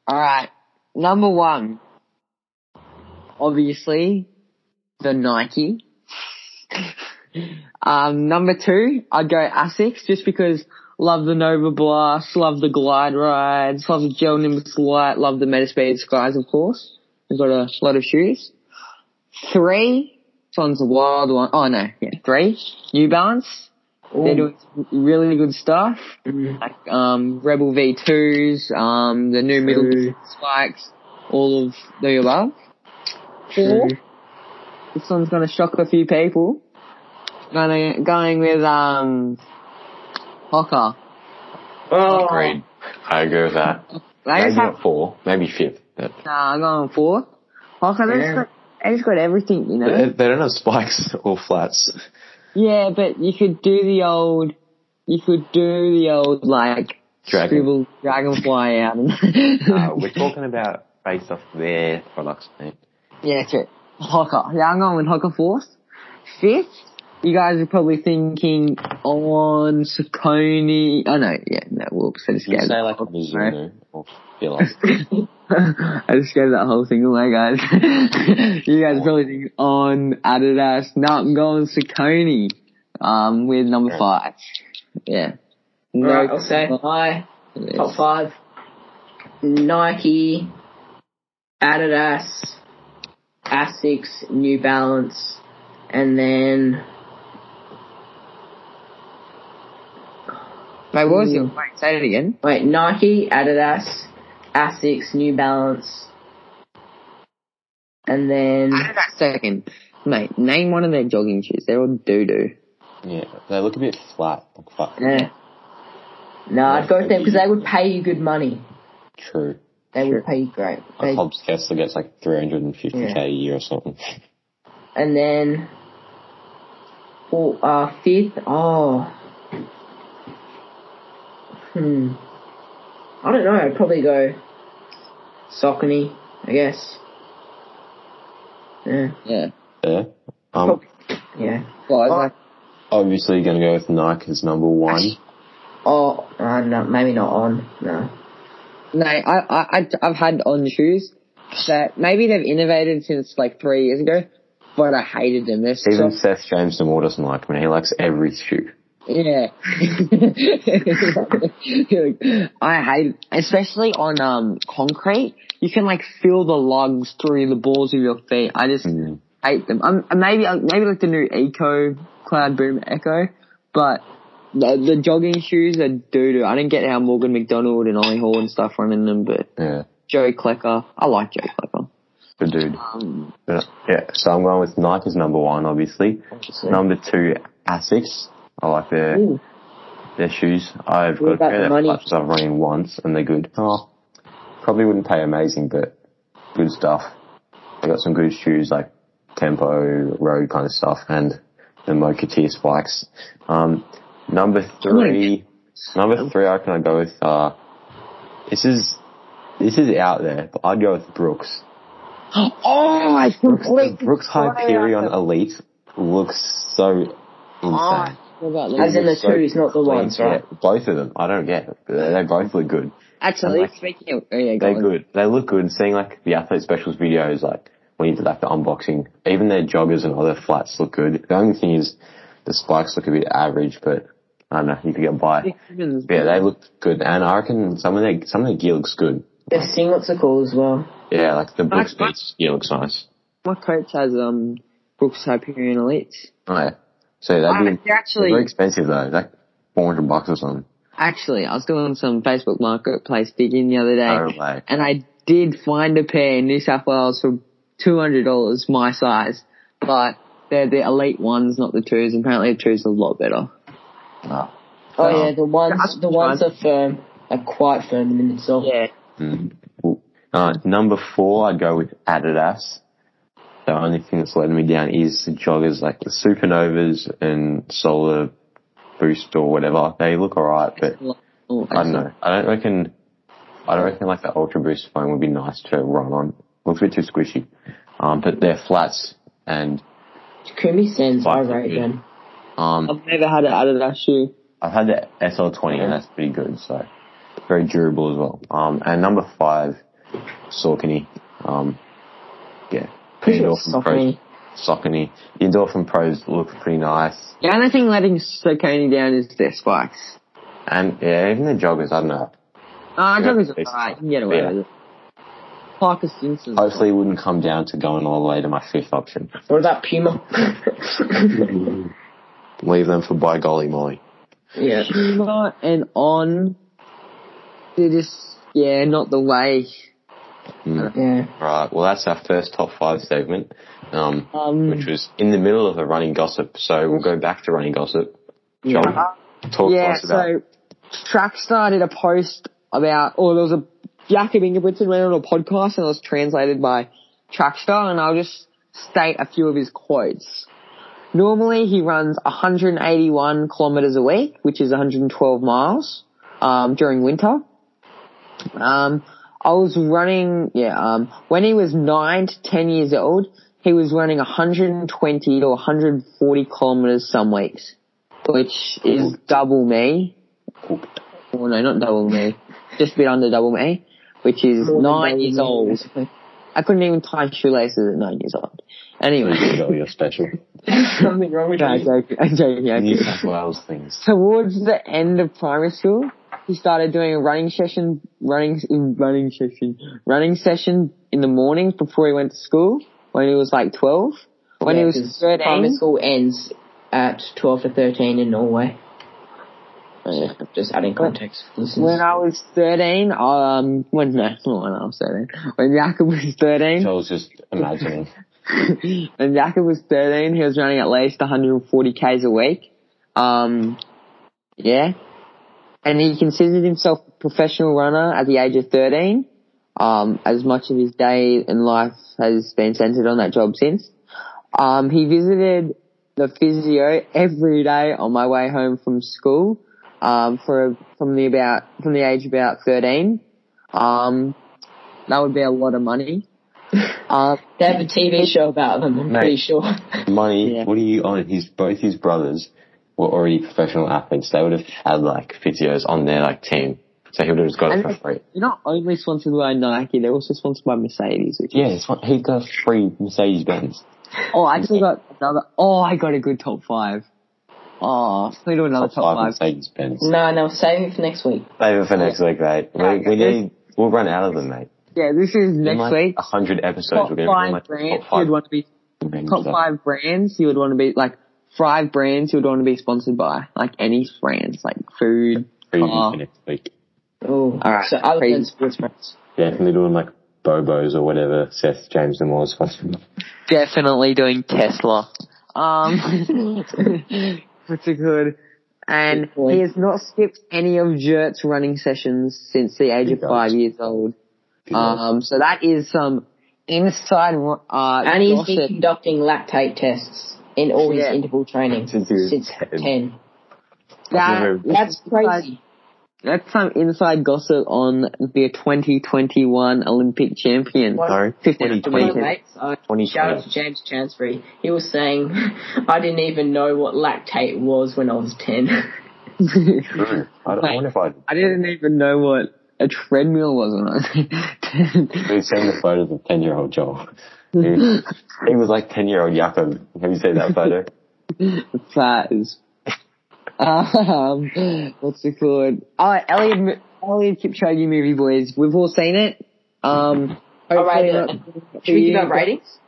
B: All right, number one, obviously, the Nike. <laughs> um, number two, I'd go Asics just because love the Nova Blast, love the Glide Rides, love the Gel Nimbus Light, love the Metaspeed Skies, of course. We've got a lot of shoes. Three, this one's a wild one. Oh no, yeah, three, New Balance. They're doing some really good stuff. Like um, Rebel V2s, um, the new middle
D: True.
B: spikes, all of the above. Four. This one's gonna shock a few people. Gonna going with um, Hoka.
D: Oh,
E: Agreed. I agree with that.
B: I
E: Maybe
B: just have
E: not four, maybe fifth. But
B: nah, I'm going four. Hoka. They just
D: Yeah.
B: got, they just got everything, you
E: they
B: know.
E: they don't have spikes or flats.
B: Yeah, but you could do the old, you could do the old like
E: Dragon.
B: scribble dragonfly out. And <laughs>
E: Uh, we're talking about based off their products, mate.
B: yeah, that's it. Hawker. Yeah, I'm going with Hawker Force. Fifth, you guys are probably thinking on Saucony. Oh no, yeah, no, we'll I just
E: You
B: gave
E: say
B: that
E: like
B: whole-
E: Mizuno or Philips.
B: <laughs> I just gave that whole thing away, guys. <laughs> you guys are probably thinking on Adidas. No, I'm going Saucony. Um, with number five. Yeah.
C: Right, I'll say my top five. Nike, Adidas, Asics, New Balance, and then
B: Mate, what was your? Wait, say it again.
C: wait, Nike, Adidas, Asics, New Balance, and then
B: Adidas second. Mate, name one of their jogging shoes. They're all doo doo.
E: yeah, they look a bit flat. Like, fuck,
C: yeah. No, I'd go with them because they would pay you good money.
E: true.
C: They would pay you great.
E: Like
C: They,
E: Hobbs Kessler gets like 350k
C: Yeah.
E: a year or something.
C: and then oh, uh, fifth. Oh, hmm. I don't know. I'd probably go Saucony, I guess. Yeah,
B: Yeah.
E: Yeah. Um,
C: Probably. yeah.
D: Oh.
B: Guys, like,
E: obviously you're gonna go with Nike as number one.
C: Oh, uh, no, maybe not on. No.
B: no, I, I, I- I've had on shoes that maybe they've innovated since like three years ago, but I hated them. They're so-
E: Even Seth James Moore doesn't like me. He likes every shoe.
B: Yeah. <laughs> I hate, especially on um concrete, you can like feel the lugs through the balls of your feet. I just hate them. Um, and maybe uh, maybe like the new Eco Cloud Boom Echo, but the, the jogging shoes are doo doo. I didn't get how Morgan McDonald and Ollie Hall and stuff were in them, but
E: Yeah,
B: Joey Klecker, I like Joey Klecker.
E: good dude. yeah. yeah, so I'm going with Nike as number one, obviously. Number two, Asics. I like their
C: Ooh.
E: their shoes. I've got a
C: about
E: pair
C: the
E: of
C: money?
E: flats I've run in once, and they're good. Oh, probably wouldn't pay amazing, but good stuff. I got some good shoes like Tempo, Road kind of stuff, and the Mokatir spikes. Um, number three, number three, I reckon I go with. Uh, this is this is out there, but I'd go with Brooks.
B: Oh, I
E: Brooks, the
B: completely
E: Brooks Hyperion Elite looks so insane.
B: forgot about
C: As
B: that.
C: in the
E: So
C: twos, not the
E: clean,
C: ones, right?
E: yeah, both of them. I don't get it. They they both look good.
B: Actually, speaking of, oh yeah, go
E: They're
B: on.
E: good. They look good. And seeing like the athlete specials videos, like when you did like the unboxing, even their joggers and other flats look good. The only thing is the spikes look a bit average, but I don't know. You could get by.
B: Simmons,
E: Yeah, they look good, and I reckon some of their some of their gear looks good.
C: Their singlets are cool as well.
E: Yeah, like the Brooks
B: Nice.
E: Beats gear looks nice.
B: my coach has um Brooks Hyperion Elites.
E: Oh, yeah. So
B: Ah,
E: that'd be
B: they're actually-
E: very expensive though. Like four hundred bucks or something.
B: Actually, I was doing some Facebook Marketplace digging the other day,
E: No way.
B: and I did find a pair in New South Wales for two hundred dollars, my size, but they're the elite ones, not the twos. and Apparently, the twos are a lot better.
E: Ah.
C: Oh
E: Um,
C: yeah, the ones the ones are firm, are quite firm in themselves.
E: Uh, number four, I'd go with Adidas. The only thing that's letting me down is the joggers, like the Supernovas and Solar Boost or whatever. They look alright, but
B: Oh,
E: I don't know. I don't reckon. I don't reckon like the Ultra Boost foam would be nice to run on. Looks a bit too squishy. Um, but they're flats and
C: Kumi sends, I rate
E: Yeah.
C: them.
E: um,
B: I've never had an Adidas shoe.
E: I've had the SL20 and that's pretty good. So very durable as well. Um, and number five, Saucony. Um, yeah,
C: Pretty
E: Endorphin
C: soft
E: Pros.
C: knee.
E: Saucony. The Endorphin Pros look pretty nice.
B: The only thing letting Saucony down is their spikes.
E: And yeah, even the joggers, I don't know.
B: Ah,
E: Yeah,
B: uh, yeah,
E: it's-
B: alright. You can get away
E: yeah.
B: with it. Parker Stinson.
E: Hopefully it wouldn't come down to going all the way to my fifth option.
C: What about
D: <laughs>
C: Puma?
F: Leave them for by golly Molly.
C: yeah.
B: Puma and on. They're just yeah, not the way.
C: Yeah.
E: Right, well that's our first top five segment, um,
B: Um,
E: which was in the middle of a running gossip. So we'll go back to running gossip. John, talk to
B: yeah,
E: us about
B: so Trackstar did a post about, or there was a Jacob Ingebrigtsen went on a podcast and it was translated by Trackstar, and I'll just state a few of his quotes. Normally he runs 181 kilometers a week, which is 112 miles, um, during winter. Um, I was running, yeah, um, when he was nine to 10 years old, he was running 120 to 140 kilometers some weeks, which is double me. Oh no, not double me. Just a bit under double me, which is
D: More than
B: nine
D: double
B: years
D: me,
B: old.
D: basically.
B: I couldn't even tie shoelaces at nine years old.
D: <laughs>
B: Anyway.
E: You got your special
D: <laughs> Something wrong with
B: No, I'm
D: you.
B: joking. I'm joking. I'm
E: New
B: joking.
E: South Wales things.
B: Towards the end of primary school, he started doing a running session, running, running session, running session in the morning before he went to school when he was like 12. When he
D: Yeah,
B: was
D: 'cause Primary
B: 13.
D: school ends at 12 to 13 in Norway.
C: Oh,
B: Yeah.
D: Just adding context. for listeners.
B: When I was 13, um, when, <laughs> no, not when I was 13. When Jacob was 13,
E: Joel's just imagining.
B: when Jacob was 13, he was running at least 140 Ks a week. Um, yeah. And he considered himself a professional runner at the age of 13. Um, as much of his day and life has been centered on that job since. Um, he visited the physio every day on my way home from school, um, for, from the about, from the age about 13. Um, that would be a lot of money. Um,
D: They have a TV show about them, I'm
E: Mate.
D: pretty sure. <laughs>
E: Money,
B: Yeah.
E: what are you on? His both his brothers were already professional athletes. They would have had like physios on their like team. So he would have just got it
B: And
E: for free.
B: they're not only sponsored by Nike, they're also sponsored by Mercedes, which
E: Yeah, it's what he got a free Mercedes Benz.
B: Oh, I actually got another oh I got a good top five. Oh, we do another top,
E: Top five Mm-hmm.
B: five.
E: Mercedes Benz.
D: no, no, save it for next week.
E: Save it for next week, mate. We, we need we'll run out of them, mate.
B: Yeah, this is
E: In
B: next
E: like
B: week.
E: a hundred episodes
B: Top
E: we're gonna be on,
B: five
E: like
B: brands
E: top
B: you would
E: five
B: want to be
E: brands, uh,
B: top
E: like,
B: five brands you would want to be like five brands you would want to be sponsored by. Like any brands, like food.
E: preview
B: car.
E: for next week.
D: Oh,
B: All right,
D: So other
B: crazy.
D: than sports friends.
E: Definitely doing like Bobos or whatever Seth James and Moore's
B: Definitely doing Tesla. Um
D: <laughs>
B: which is good. And
D: Good point.
B: he has not skipped any of Jert's running sessions since the age
E: He
B: of five
E: does.
B: years old.
E: Uh,
B: Um, so that is some inside uh,
D: And he's been
B: gossip.
D: conducting lactate tests in all his
B: Yeah.
D: interval training
E: Since he was 10.
D: 10.
B: That,
D: That's crazy.
B: that's some inside gossip on the 2021 Olympic champion.
D: What?
E: No,
B: 15
D: One of
E: 2020.
D: my mates, uh,
E: 20
D: shout out to James Chansbury. He was saying, <laughs> I didn't even know what lactate was when I was <laughs> 10.
E: True. I, don't- I wonder if I
B: <laughs> I didn't even know what a treadmill was when I was <laughs> 10.
E: we send the photos of ten year old Joel. He, he was like ten year old Jakob. Have you seen that photo?
B: That is. <laughs> Um, what's it called? Oh, Elliot, Mo- Elliot Kipchoge movie, boys. We've all seen it. Um,
D: All
B: hopefully
D: right, uh,
B: not-
D: Should we give out ratings?
B: <laughs>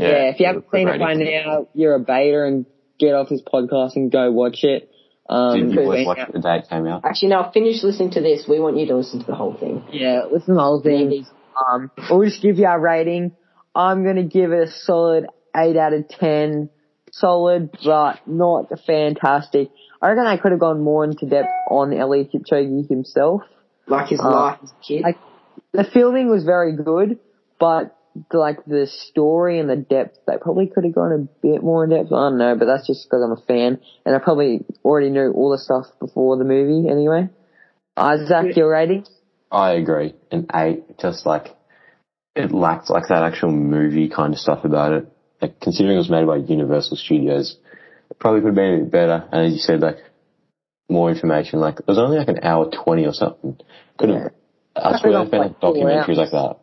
B: Yeah, if you haven't seen it by now, you're a beta and get off this podcast and go watch it. Um,
E: Did you boys
B: yeah,
E: watch it the day it came out?
D: Actually, now finish listening to this. We want you to listen to the whole thing.
B: yeah, listen to the whole thing. Um, we'll just give you our rating. I'm gonna give it a solid 8 out of 10. Solid, but not fantastic. I reckon I could have gone more into depth on Elliot Kipchoge himself.
D: Like his
B: Uh,
D: life as a kid.
B: like- the filming was very good, but like the story and the depth, they probably could have gone a bit more in depth. I don't know, but that's just because I'm a fan and I probably already knew all the stuff before the movie anyway. Isaac, your rating?
E: I agree. An eight, just like it lacked like that actual movie kind of stuff about it. Like considering it was made by Universal Studios, it probably could have been a bit better. And as you said, like more information. Like it was only like an hour twenty or something. Could have. I swear there's been like
B: Like, four
E: documentaries like that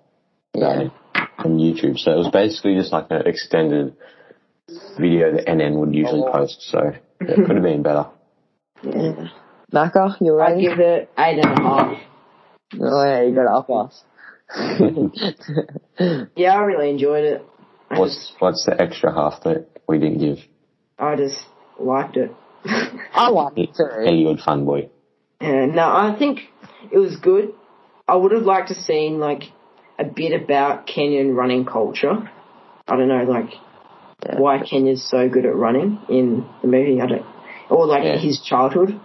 E: about
B: Yeah.
E: it on YouTube. So it was basically just like an extended video that NN would usually post. So it could have been better.
D: yeah.
B: Naka, your
D: I
B: rating?
D: give it eight and a half.
B: Oh yeah, you got to up us.
D: Yeah, I really enjoyed it. I
E: What's
D: just,
E: what's the extra half that we didn't give?
D: I just liked it. <laughs>
B: I liked it <laughs> too.
E: Eliud fanboy.
D: And no, I think it was good. I would have liked to seen like a bit about Kenyan running culture. I don't know, like why Kenya's so good at running in the movie. I don't, or like
E: Yeah.
D: his childhood,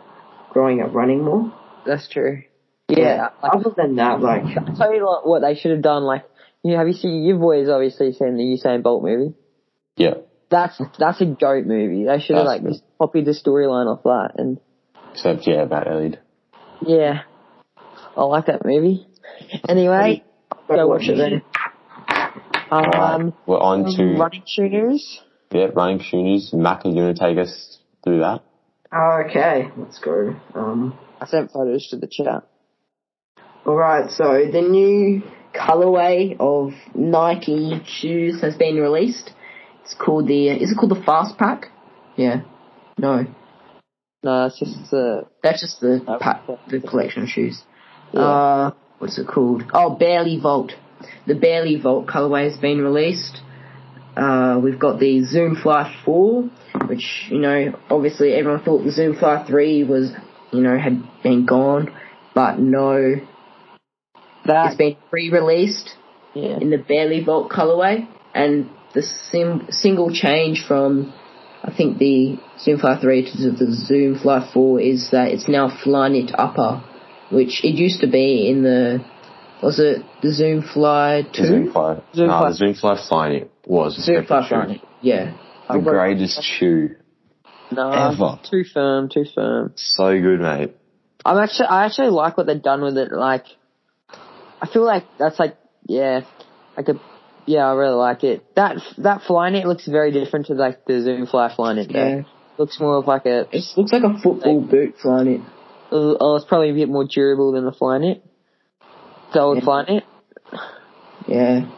D: growing up running more.
B: That's true. Yeah. Like,
D: Other than that, like
B: I'll tell you like, what they should have done. Like, you have you seen? You've always obviously seen the Usain Bolt movie.
E: Yeah.
B: That's that's a goat movie. They should have
E: That's
B: like just copied the storyline off that. And
E: Except, yeah, about Elliot.
B: yeah, I like that movie. Anyway, go watch it then. Um,
E: We're on to,
B: running shooters.
E: yeah, running shooters. Mac, are you going to take us through that?
D: Okay, let's go. Um,
B: I sent photos to the chat.
D: Alright, so the new colorway of Nike shoes has been released. It's called the, is it called the Fast Pack? Yeah. No,
B: No, it's just uh,
D: that's just the
B: Oh,
D: pack,
B: okay.
D: the collection of shoes. Uh, what's it called? Oh, Barely Vault. The Barely Vault colorway has been released. Uh, we've got the Zoom Fly 4, which, you know, obviously everyone thought the Zoom Fly 3 was, you know, had been gone, but no, it's
B: that.
D: been re-released
B: Yeah,
D: in the Barely Vault colorway, and the sim- single change from I think the Zoom Fly 3 to the Zoom Fly 4 is that it's now Flyknit upper, which it used to be in the was it the Zoom Fly 2?
E: The Zoom Fly.
B: Zoom
E: no,
B: Fly.
E: the Zoom Fly Flying it was. a
D: Zoom Fly
E: separate shoe.
D: Flyknit, yeah.
E: The greatest shoe.
B: no,
G: Ever.
B: too firm, too firm.
G: So good, mate.
B: I'm actually, I actually like what they've done with it. Like, I feel like that's like, yeah, like a, yeah, I really like it. That that Flynet looks very different to like the Zoom Fly Flynet. though.
D: Yeah.
B: looks more of like a,
D: It just looks like a football boot Flyknit.
B: oh, it's probably a bit more durable than the Flynet, the old
D: Yeah.
B: Flynet.
D: Yeah.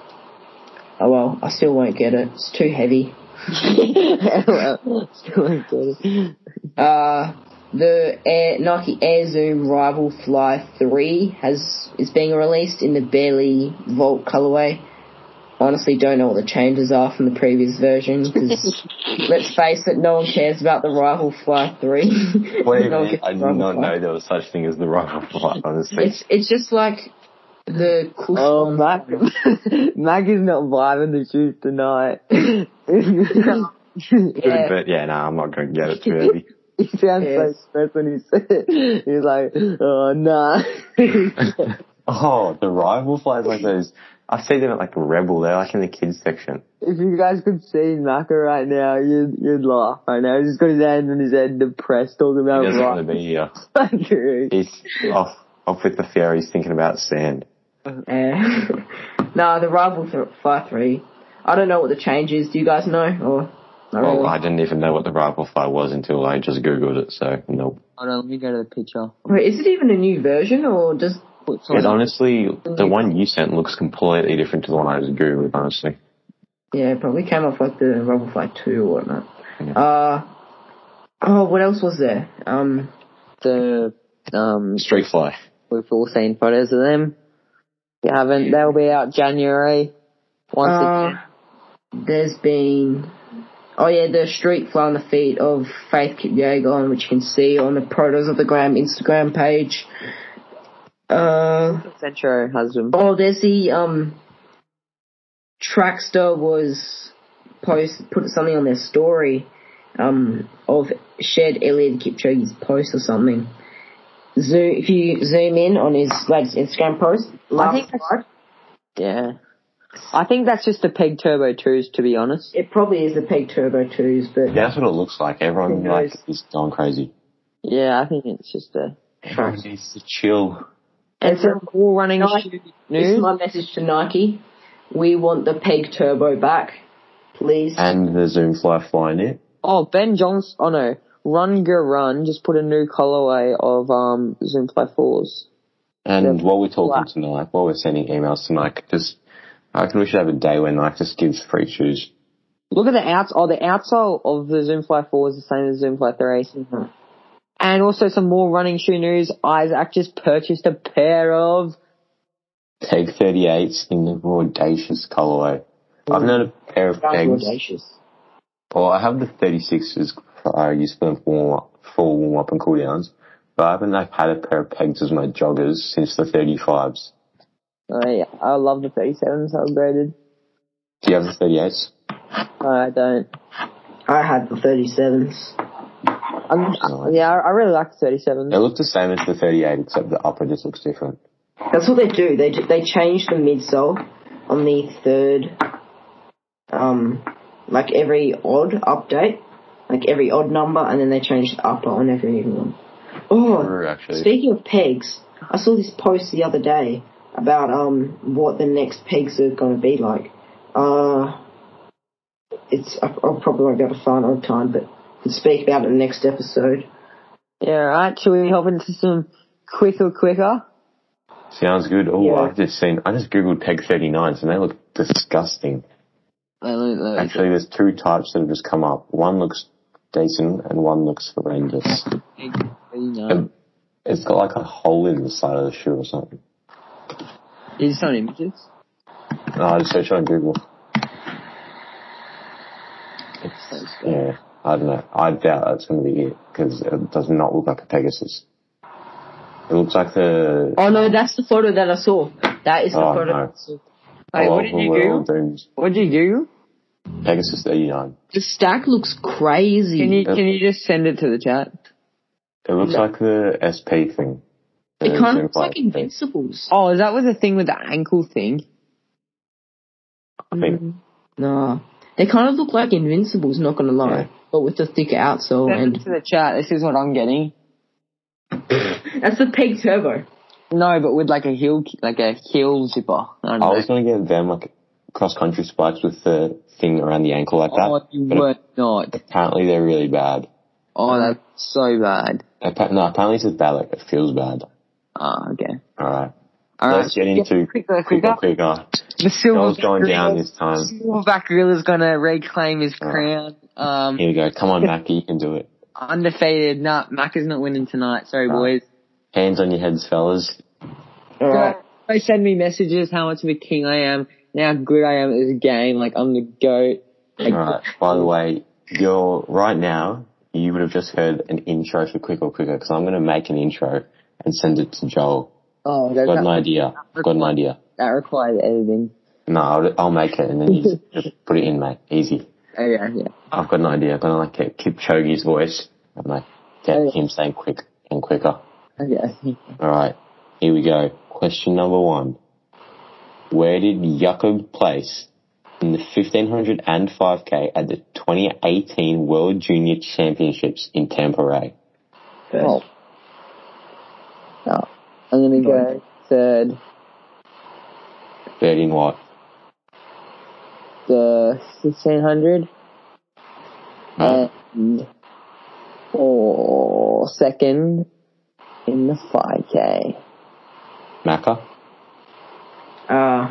D: Oh well, I still won't get it. It's too heavy.
B: <laughs> Well, still ain't got it.
D: Uh, the Air, Nike Air Zoom Rival Fly 3 has is being released in the barely vault colorway. Honestly, don't know what the changes are from the previous version because let's face it, no one cares about the Rival Fly <laughs> 3.
E: What do you
D: No one
E: mean?
D: cares
E: I did
D: about
E: not
D: Rival Fly.
E: know there was such thing as the rival fly, honestly.
D: It's it's just like the cushion.
B: Oh, Mac, <laughs> Mac is not vibing the shoes tonight. <laughs>
E: good,
D: yeah.
E: but yeah, no, I'm not going to get it too
B: <laughs>
E: heavy.
B: He sounds
D: Yes.
B: so stressed when he said it. He's like, oh, nah.
E: <laughs>
B: <laughs>
E: Oh, the rival flies like those. I see them at like Rebel. They're like in the kids section.
B: if you guys could see Maka right now, you'd, you'd laugh right now. He's just got his hands on his head, depressed, talking
E: He
B: about
E: doesn't want
B: rock.
E: to be here.
B: <laughs> country.
E: He's off off with the fairies thinking about sand.
D: Yeah. <laughs> nah, the Rival th- Fly 3. I don't know what the change is. Do you guys know? Or not
E: Well,
D: really?
E: I didn't even know what the rival fly was until I just googled it. So no.
B: Hold on, let me go to the picture.
D: Wait, is it even a new version or just
B: What's
E: It
B: on?
E: honestly, the one you sent looks completely different to the one I just googled. Honestly,
D: Yeah, but we came off like the Rebel Flight 2 or whatnot. Uh, oh, what else was there? Um,
B: The, um,
E: street fly.
B: we've all seen photos of them. If you haven't, they'll be out January. Once
D: uh,
B: again.
D: there's been, oh yeah, the street fly on the feet of Faith Kipyegon, which you can see on the Protos of the Gram Instagram page. Uh,
B: Centro has them.
D: oh, there's the, um, Trackster was post, put something on their story, um, of shared Eliud Kipchoge's post or something. Zoom, if you zoom in on his latest Instagram post, last
B: think that's-
D: slide,
B: Yeah. I think that's just the Peg Turbo 2s, to be honest.
D: it probably is the Peg Turbo 2s, but
E: That's what it looks like. Everyone
D: Who
E: like
D: knows?
E: is going crazy.
B: Yeah, I think it's just a.
E: Everyone needs to chill.
B: And for all running
D: No, I-
B: shoe
D: this is
B: news,
D: my message to Nike. We want the Peg Turbo back, please.
E: And the Zoom fly flying it.
B: oh Ben Johnson, oh no, Run Go Run just put a new colorway of um Zoom Fly Fours.
E: And while we're talking
B: Black.
E: to Nike, while we're sending emails to Nike, just I reckon we should have a day where Nike just gives free shoes.
B: Look at the outs. Oh, the outsole of the Zoom Fly Four is the same as Zoom Fly 3 And also some more running shoe news. Isaac just purchased a pair of.
E: Peg 38s in the audacious colorway. I've known a pair of
D: Sounds
E: pegs.
D: audacious.
E: Well, I have the 36s I use for them for warm up, for warm up and cool downs, but I haven't like, had a pair of pegs as my joggers since the 35s.
B: Oh yeah, I love the 37s upgraded.
E: Do you have the 38s?
B: No, I don't.
D: I had the 37s.
B: I'm, I- yeah, I I really like the 37s.
E: They look the same as the 38, except the upper just looks different.
D: That's what they do. They do, they change the midsole on the third um like every odd update, like every odd number, and then they change the upper on every even one. Oh,
E: True, actually.
D: speaking of pegs, I saw this post the other day about um what the next pegs are going to be like. Uh, it's I, I'll probably won't be able to find it on time, but can speak about it in the next episode.
B: Yeah, right. Should we hop into some quicker, quicker?
E: Sounds good. Oh,
D: Yeah.
E: I've just seen, I just googled peg 39s and they look disgusting.
B: Wait, wait, wait.
E: Actually, there's two types that have just come up. One looks decent and one looks horrendous.
B: You know,
E: And it's got like a hole in the side of the shoe or something.
B: is on images?
E: No, I just searched on Google. It's, yeah, I don't know. I doubt that's going to be it because it does not look like a Pegasus. It looks like the.
D: Oh no, that's the photo that I saw. That is the
E: Oh,
D: photo.
E: no.
D: that I saw.
B: Wait, what did
E: well,
B: you
E: we're all
B: Google?
E: doomed.
B: What did you Google?
E: Pegasus E 39.
D: The stack looks crazy.
B: Can you can you just send it to the chat?
E: It looks like the SP thing.
D: it
E: The
D: kind of looks
E: Zoom
D: like
E: Flight thing.
D: Invincibles.
B: Oh, is that was the thing with the ankle thing?
E: I think.
D: Nah. They kind of look like Invincibles, not gonna lie.
E: Yeah.
D: But with the thicker outsole
B: Send it
D: and
B: to the chat. This is what I'm getting.
D: That's the peg turbo.
B: No, but with like a heel, like a heel zipper. I don't
E: I
B: know.
E: was going to get them like cross country spikes with the thing around the ankle like that.
B: oh, you
E: but
B: were not.
E: apparently they're really bad.
B: Oh, that's so bad.
E: Appa- no, apparently it's just bad. Like it feels bad.
B: Ah, okay.
E: All right.
B: All right.
E: Let's get into
B: quicker,
E: quicker,
B: quicker.
E: quicker.
B: The
E: Joel's
B: silver
E: going down this Ah. time.
B: Silverback Gorilla's gonna reclaim his
E: All right.
B: crown. Um,
E: Here we go. Come on, Mackie, you can do it.
B: undefeated. Nah, Mac is not winning tonight. Sorry,
E: Nah.
B: boys.
E: Hands on your heads, fellas.
D: Alright.
B: They send me messages how much of a king I am, and how good I am at this game. Like I'm the goat.
E: All right. By the way, you're right now. You would have just heard an intro for Quick or Quicker because I'm going to make an intro and send it to Joel.
B: Oh, that,
E: Got an
B: that,
E: idea. Got an idea.
B: that requires editing.
E: No, I'll, I'll make it and then you just, just put it in, mate. Easy.
B: Oh yeah, yeah.
E: I've got an idea. I'm gonna like get Kipchoge's voice and like get
B: Oh.
E: him saying quick and quicker.
B: Okay.
E: All right, here we go. Question number one: Where did Jakob place in the 1500 and 5k at the 2018 World Junior Championships in Tampere?
D: First.
B: Oh. Oh. I'm gonna go third.
E: Third in what?
B: The fifteen hundred Uh,
E: Huh?
B: and oh second in the five k.
E: Macca?
D: Uh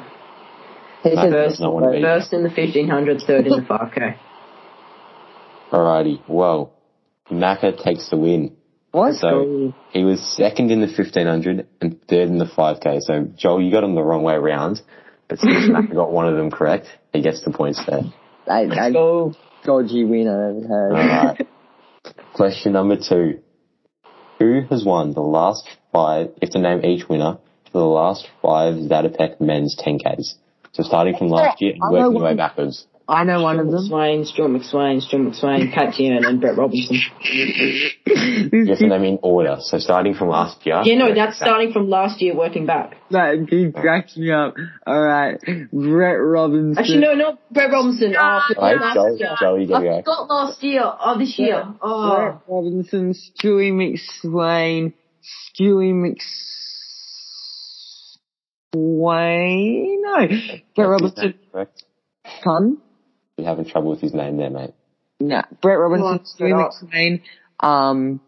E: Macca does not want to be.
D: first in the fifteen hundred, third in the five K.
E: Alrighty, well, Macca takes the win.
B: What?
E: So he was second in the 1500 and third in the 5k. So Joel, you got him the wrong way round, but since Matt got one of them correct, he gets the points there.
B: I, I
D: So
B: dodgy win I've ever heard. <laughs>
E: All right. Question number two: Who has won the last five? You have to name each winner for the last five Zatopek men's 10ks. So starting from last year and
B: I know
E: working your way
B: one.
E: backwards.
B: I know one of them.
D: McSwain, Stuart McSwain, Stuart McSwain, Katian and Brett Robinson.
E: You have to name in order. So starting from last year.
D: Yeah, no, that's starting from last year working back.
B: That dude cracks me up. All right, Brett Robinson.
D: Actually no, no, Brett Robinson. Oh, for
E: All right,
D: last
E: Ah, Joel,
D: year.
E: Joel, you
D: I
E: gotta go.
D: forgot last year. Oh, this year.
B: Brett
D: Oh,
B: Robinson, Stewie McSwain, Stewie McSwain. No, Brett Robinson.
E: Correct.
B: Pun?
E: You're having trouble with his name there, mate.
B: No, Brett Robinson,
D: Locked it
B: Stewie
D: up.
B: McSwain. Um,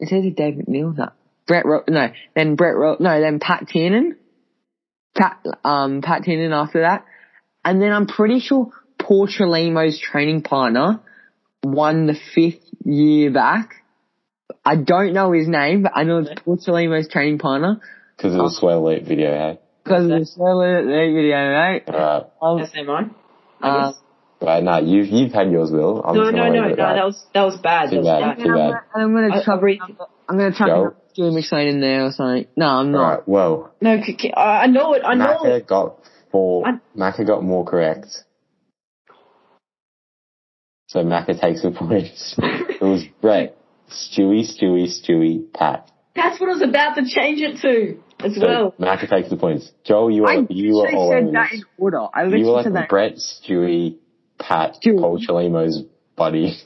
B: it says David McNeil. No, Brett. Ro- no, then Brett. Ro- no, then Pat Tiernan. Pat. Um, Pat Tiernan after that, and then I'm pretty sure Paul Trelemo's training partner won the fifth year back. I don't know his name, but I know it's Paul Trelemo's training partner
E: Because
D: Oh.
E: of the Swell Elite video, hey?
B: because of the Solo Elite video, right?
E: Alright.
B: Um,
D: that's mine. I
B: uh,
D: guess.
E: Right, nah, you've, you've had yours, Will. I'm
D: No,
E: just
D: no,
E: gonna
D: no,
E: leave
D: no.
E: it at
D: That was that was bad.
E: Too
D: That
E: bad.
D: was
B: and
D: bad.
B: I'm gonna, and I'm gonna
D: I-
B: chuck.
D: I'll read-
B: I'm gonna chuck
E: Joe?
B: another Stewie McSwain in there or something. No, I'm
E: that.
B: not.
E: Alright, well,
D: No, c- c- I I know it. I know it.
E: Macca got four.
D: I-
E: Macca got more correct. So Macca takes the points. it was Brett, Stewie, Stewie, Stewie, Pat.
D: That's what I was about to change it to as
E: So
D: well.
E: Macca takes the points. Joel, you
B: I
E: are, you are
B: literally
E: all
B: said
E: over
B: that
E: this.
B: in order. I
E: You
B: literally
E: were
B: said
E: like
B: that.
E: Brett, Stewie,
H: Pat
B: Dude.
H: Colchalimo's buddy.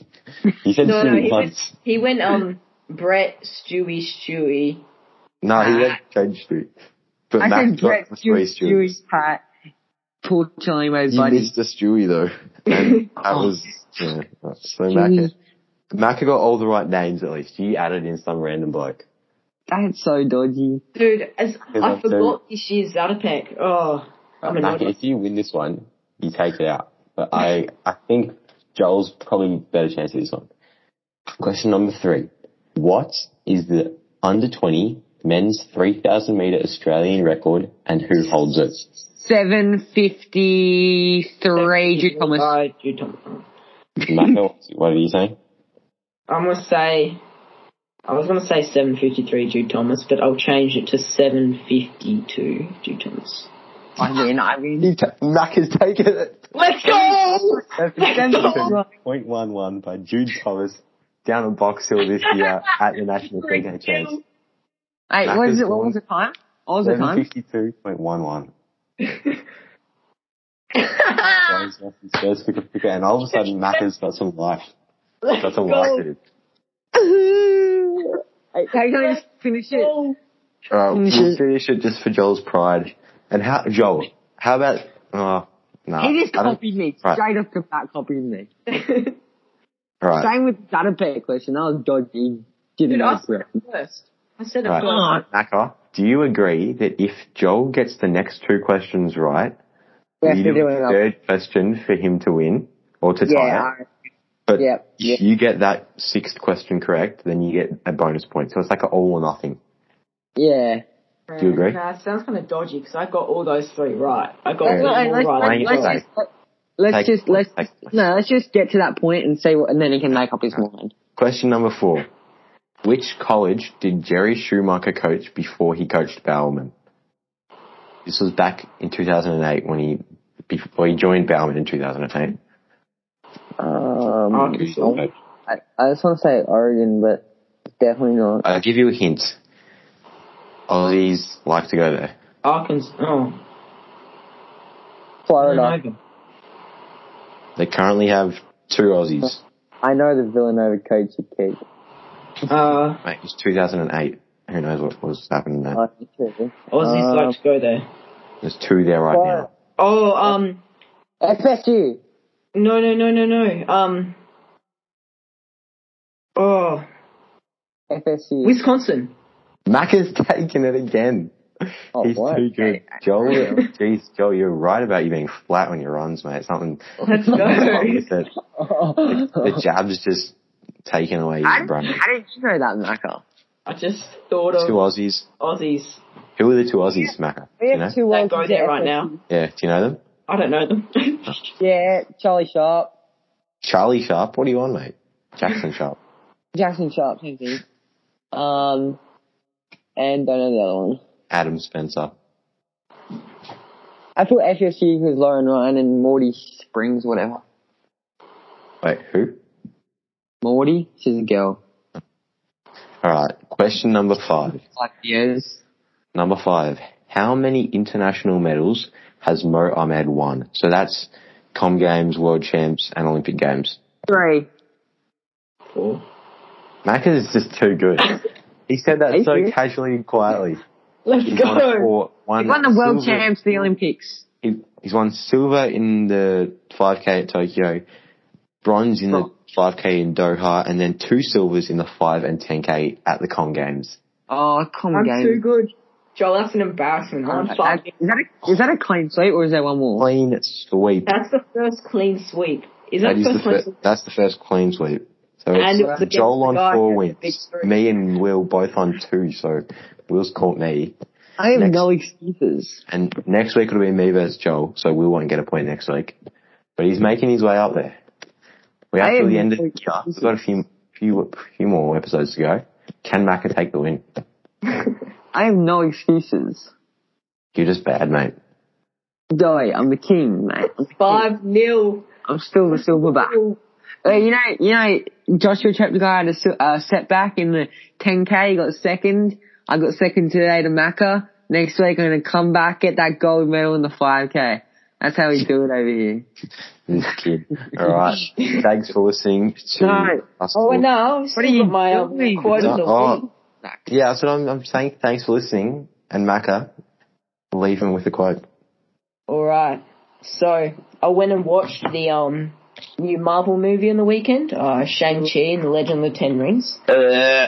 H: He said
D: No, no,
H: Stewie
D: he went,
H: once.
D: he went, um, Brett, Stewie, Stewie.
E: Nah, he went Jade Street. But
B: I
E: Mac
B: said Brett
E: got the three
B: Stewie,
E: Stewie.
B: Stewie Pat, Paul Chalimo's
E: You
B: buddy.
E: missed the
B: <laughs>
E: Stewie though. And that
B: Oh.
E: was, yeah. right. So
B: Stewie.
E: Mac,
H: Mac got all the right names at least. You added in some random bloke.
B: That's so dodgy.
D: Dude, as
H: Good
D: I
H: luck,
D: forgot this year's Zatopek. Oh, I'm
H: Mac,
D: annoyed.
H: if you win this one, you take it out. But I, I think Joel's probably better chance of this one. Question number three. What is the under 20 men's 3000 meter Australian record and who holds <laughs> it?
B: 753 Drew Thomas.
D: Uh, Drew Thomas.
H: Mako, what did you say?
D: I'm gonna say, I was gonna say 753 Jude Thomas, but I'll change it to 752 Jude Thomas.
B: I mean, I mean,
E: he ta- Mac has taken it.
D: Let's go!
B: September.
H: 0.11 by Jude Thomas down at Box Hill this year at the National Cricket Chase.
B: Hey,
E: Mac
B: what
E: is
B: is it? What
E: gone.
B: was the time? What was the time? <laughs>
H: 752.11. Jones lost his first wicket picker, and all of a sudden Macca's got some life. Got some life in it.
B: Hey, can I just finish it?
E: Oh.
D: <laughs>
E: Alright,
B: Shit.
E: we'll finish it just for Joel's pride. And how, Joel, how about, uh, nah.
B: He just
E: I don't-
B: copied me.
E: Right.
B: Straight off the bat, copied me.
E: Right.
B: Same with that Zatapet question. That was dodgy. Didn't
D: Dude, I
B: know.
D: said it first. I said it
E: Right.
D: first.
E: Naka, do you agree that if Joel gets the next two questions right,
B: We have
E: we
B: to
E: do
B: do
E: a
B: it up.
E: third question for him to win or to tie?
B: Yeah, I-
E: but
B: yeah, yeah.
E: if you get that sixth question correct, then you get a bonus point. So it's like an all or nothing.
B: yeah.
E: Do you agree?
D: Nah, it sounds kind of dodgy because I got all those three right. I got
E: Yeah.
D: all
B: Hey,
D: them
B: let's-
D: right.
E: Fine,
B: let's-
E: it's
B: let's just- Let's
E: Take-
B: just let's
E: take-
B: no, let's just get to that point and say what, and then he can make up his mind.
E: Question number four. Which college did Jerry Schumacher coach before he coached Bowman? This was back in 2008 when he, before he joined Bowman in 2008.
B: Um,
D: Arkansas.
B: I, I just want to say Oregon, but definitely not.
E: I'll give you a hint. Aussies like to go there.
D: Arkansas. Oh,
B: Florida.
D: Villanova.
E: They currently have two Aussies.
B: I know the Villanova coach you keep.
D: Uh,
E: Mate, it was 2008. Who knows what was happening there?
B: I think it is.
D: Aussies
B: Um,
D: like to go there.
E: There's two there right now.
D: Oh, um,
B: FSU.
D: no, no, no, no, no. Um, oh,
B: FSU. <laughs>
D: Wisconsin.
E: Mac has taken it again.
B: oh,
E: He's
B: what?
E: too good. Joel, jeez, Joel, you're right about you being flat on your runs, mate.
B: <laughs>
E: Something.
D: Let's
E: <laughs>
D: go.
E: something with it. The
B: I
E: jab's just taken away your brain.
B: didn't- How did you know that, Maka?
D: I just thought
E: Two
D: of
E: Aussies.
D: Aussies.
E: Who are the two Aussies, Mac? Do
B: We have
E: you know?
B: two
D: Don't
B: ones
D: go
B: at
D: there right
B: FSU.
D: now.
E: Yeah, do you know them?
D: I don't know
E: <laughs>
D: them.
B: Yeah, Charlie Sharp,
E: Charlie Sharp. What are you on, mate? Jackson Sharp.
B: Jackson Sharp, thank you. Um, and don't know the other one.
E: Adam Spencer.
B: I thought FSU was Lauren Ryan and Morty Springs, whatever.
E: Wait, who?
B: Morty, she's a girl.
E: All right. Question number five.
B: Like years.
E: Number five. How many international medals has Mo Ahmed won? So that's Com Games, World Champs, and Olympic Games.
B: Three.
D: Four.
E: Mac is just too good. He said that
B: Thank
E: so
B: you.
E: casually and quietly.
D: Let's
E: He's won,
D: go.
E: four, one
B: He won the world
E: silver-
B: champs, the Olympics.
E: he- he's won silver in the 5K at Tokyo, bronze in
B: Oh.
E: the 5K in Doha, and then two silvers in the 5 and 10K at the Com Games.
B: Oh, come on,
D: I'm too
B: game.
D: good. Joel, that's an embarrassment. I'm
B: Is
D: five.
B: that, a, is that a clean sweep or is there one more?
E: Clean sweep.
D: That's the first clean sweep. Is that,
E: That is
D: the
E: the
D: first clean
E: fir-
D: sweep?
E: that's the first clean sweep. So
D: And it was
E: it's
D: against
E: Joel
D: the
E: on
D: guy
E: four
D: who had the
E: wins.
D: big three.
E: Me and Will both on two, so Will's caught me.
B: I have
E: Next.
B: no excuses.
E: And next week it'll be me versus Joel, so Will won't get a point next week. But he's making his way up there. We
B: I
E: have till
B: am
E: the end of the
B: so
E: year. We've got a few, few, few more episodes to go. Can Maka take the win?
B: I have no excuses.
E: You're just bad, mate.
B: Die, I'm the king, mate. I'm, the king.
D: Five nil.
B: I'm still the silverback. Uh, you know, you know, Joshua Chapter guy had a s- uh, setback in the 10k. He got second. I got second today to Macca. Next week I'm gonna come back, get that gold medal in the 5k. That's how we do it over here.
I: This
D: <laughs>
I: kid.
E: Alright. Thanks for listening to
D: No.
E: us.
D: Oh,
E: all-
D: no, I've
B: What are
D: still
B: you
D: got my um,
B: doing?
D: quote of the
E: Oh.
D: week.
E: Yeah, that's what I'm, I'm saying. Thanks for listening. And Maka, leave him with a quote.
D: All right. So I went and watched the um new Marvel movie on the weekend, uh, Shang Chi and the Legend of the Ten Rings.
E: Uh.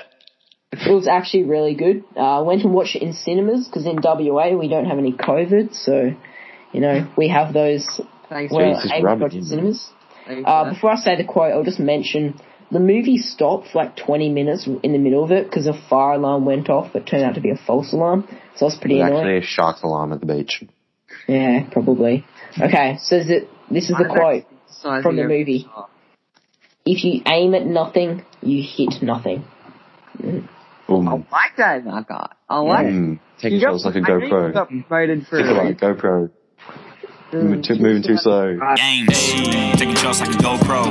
D: It was actually really good. Uh, I went and watched it in cinemas because in WA we don't have any COVID, so you know we have those.
B: Thanks
D: We're
E: Jesus,
D: able to
E: rub it
D: go to
E: in.
D: cinemas.
B: thanks for
D: Uh,
B: that.
D: before I say the quote, I'll just mention the movie stopped for like 20 minutes in the middle of it because a fire alarm went off, but turned out to be a false alarm. So that's pretty
E: There's
D: annoying.
E: actually a shark alarm at the beach.
D: Yeah, probably. Okay, so is it, this is the quote.
B: Size
D: from the
B: of your
D: movie.
B: shop.
D: If you aim at nothing, you hit nothing.
E: Boom.
B: I like that, I got. I like it.
E: Mm. Taking
B: Yep,
E: shots like a
B: I think you
E: GoPro.
B: Oh, got Mm. promoted for
E: Think
B: a
E: about GoPro. Mo- too- Moving too slow.
A: Games. Taking shots like a GoPro.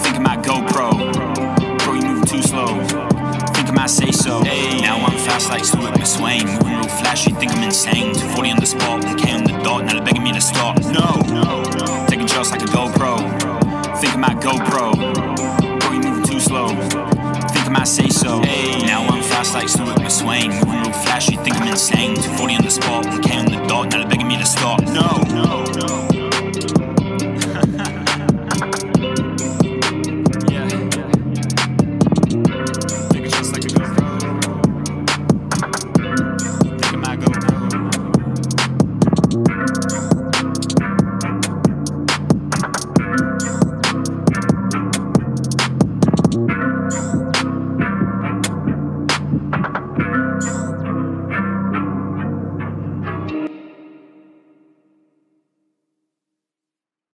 A: Think about GoPro. Bro, you moving too slow. Think I might say so. Now I'm fast like Stuart McSwain. Moving real flashy, think I'm insane. 240 on the spot, 1K on the dot. Now they're begging me to stop. No. Taking shots like a GoPro. Think about GoPro. Bro, you moving too slow. Think I might say so. Now I'm fast like Stuart McSwain. Moving real flashy, think I'm insane. 240 on the spot, 1K on the dot. Now they're begging me to stop. No.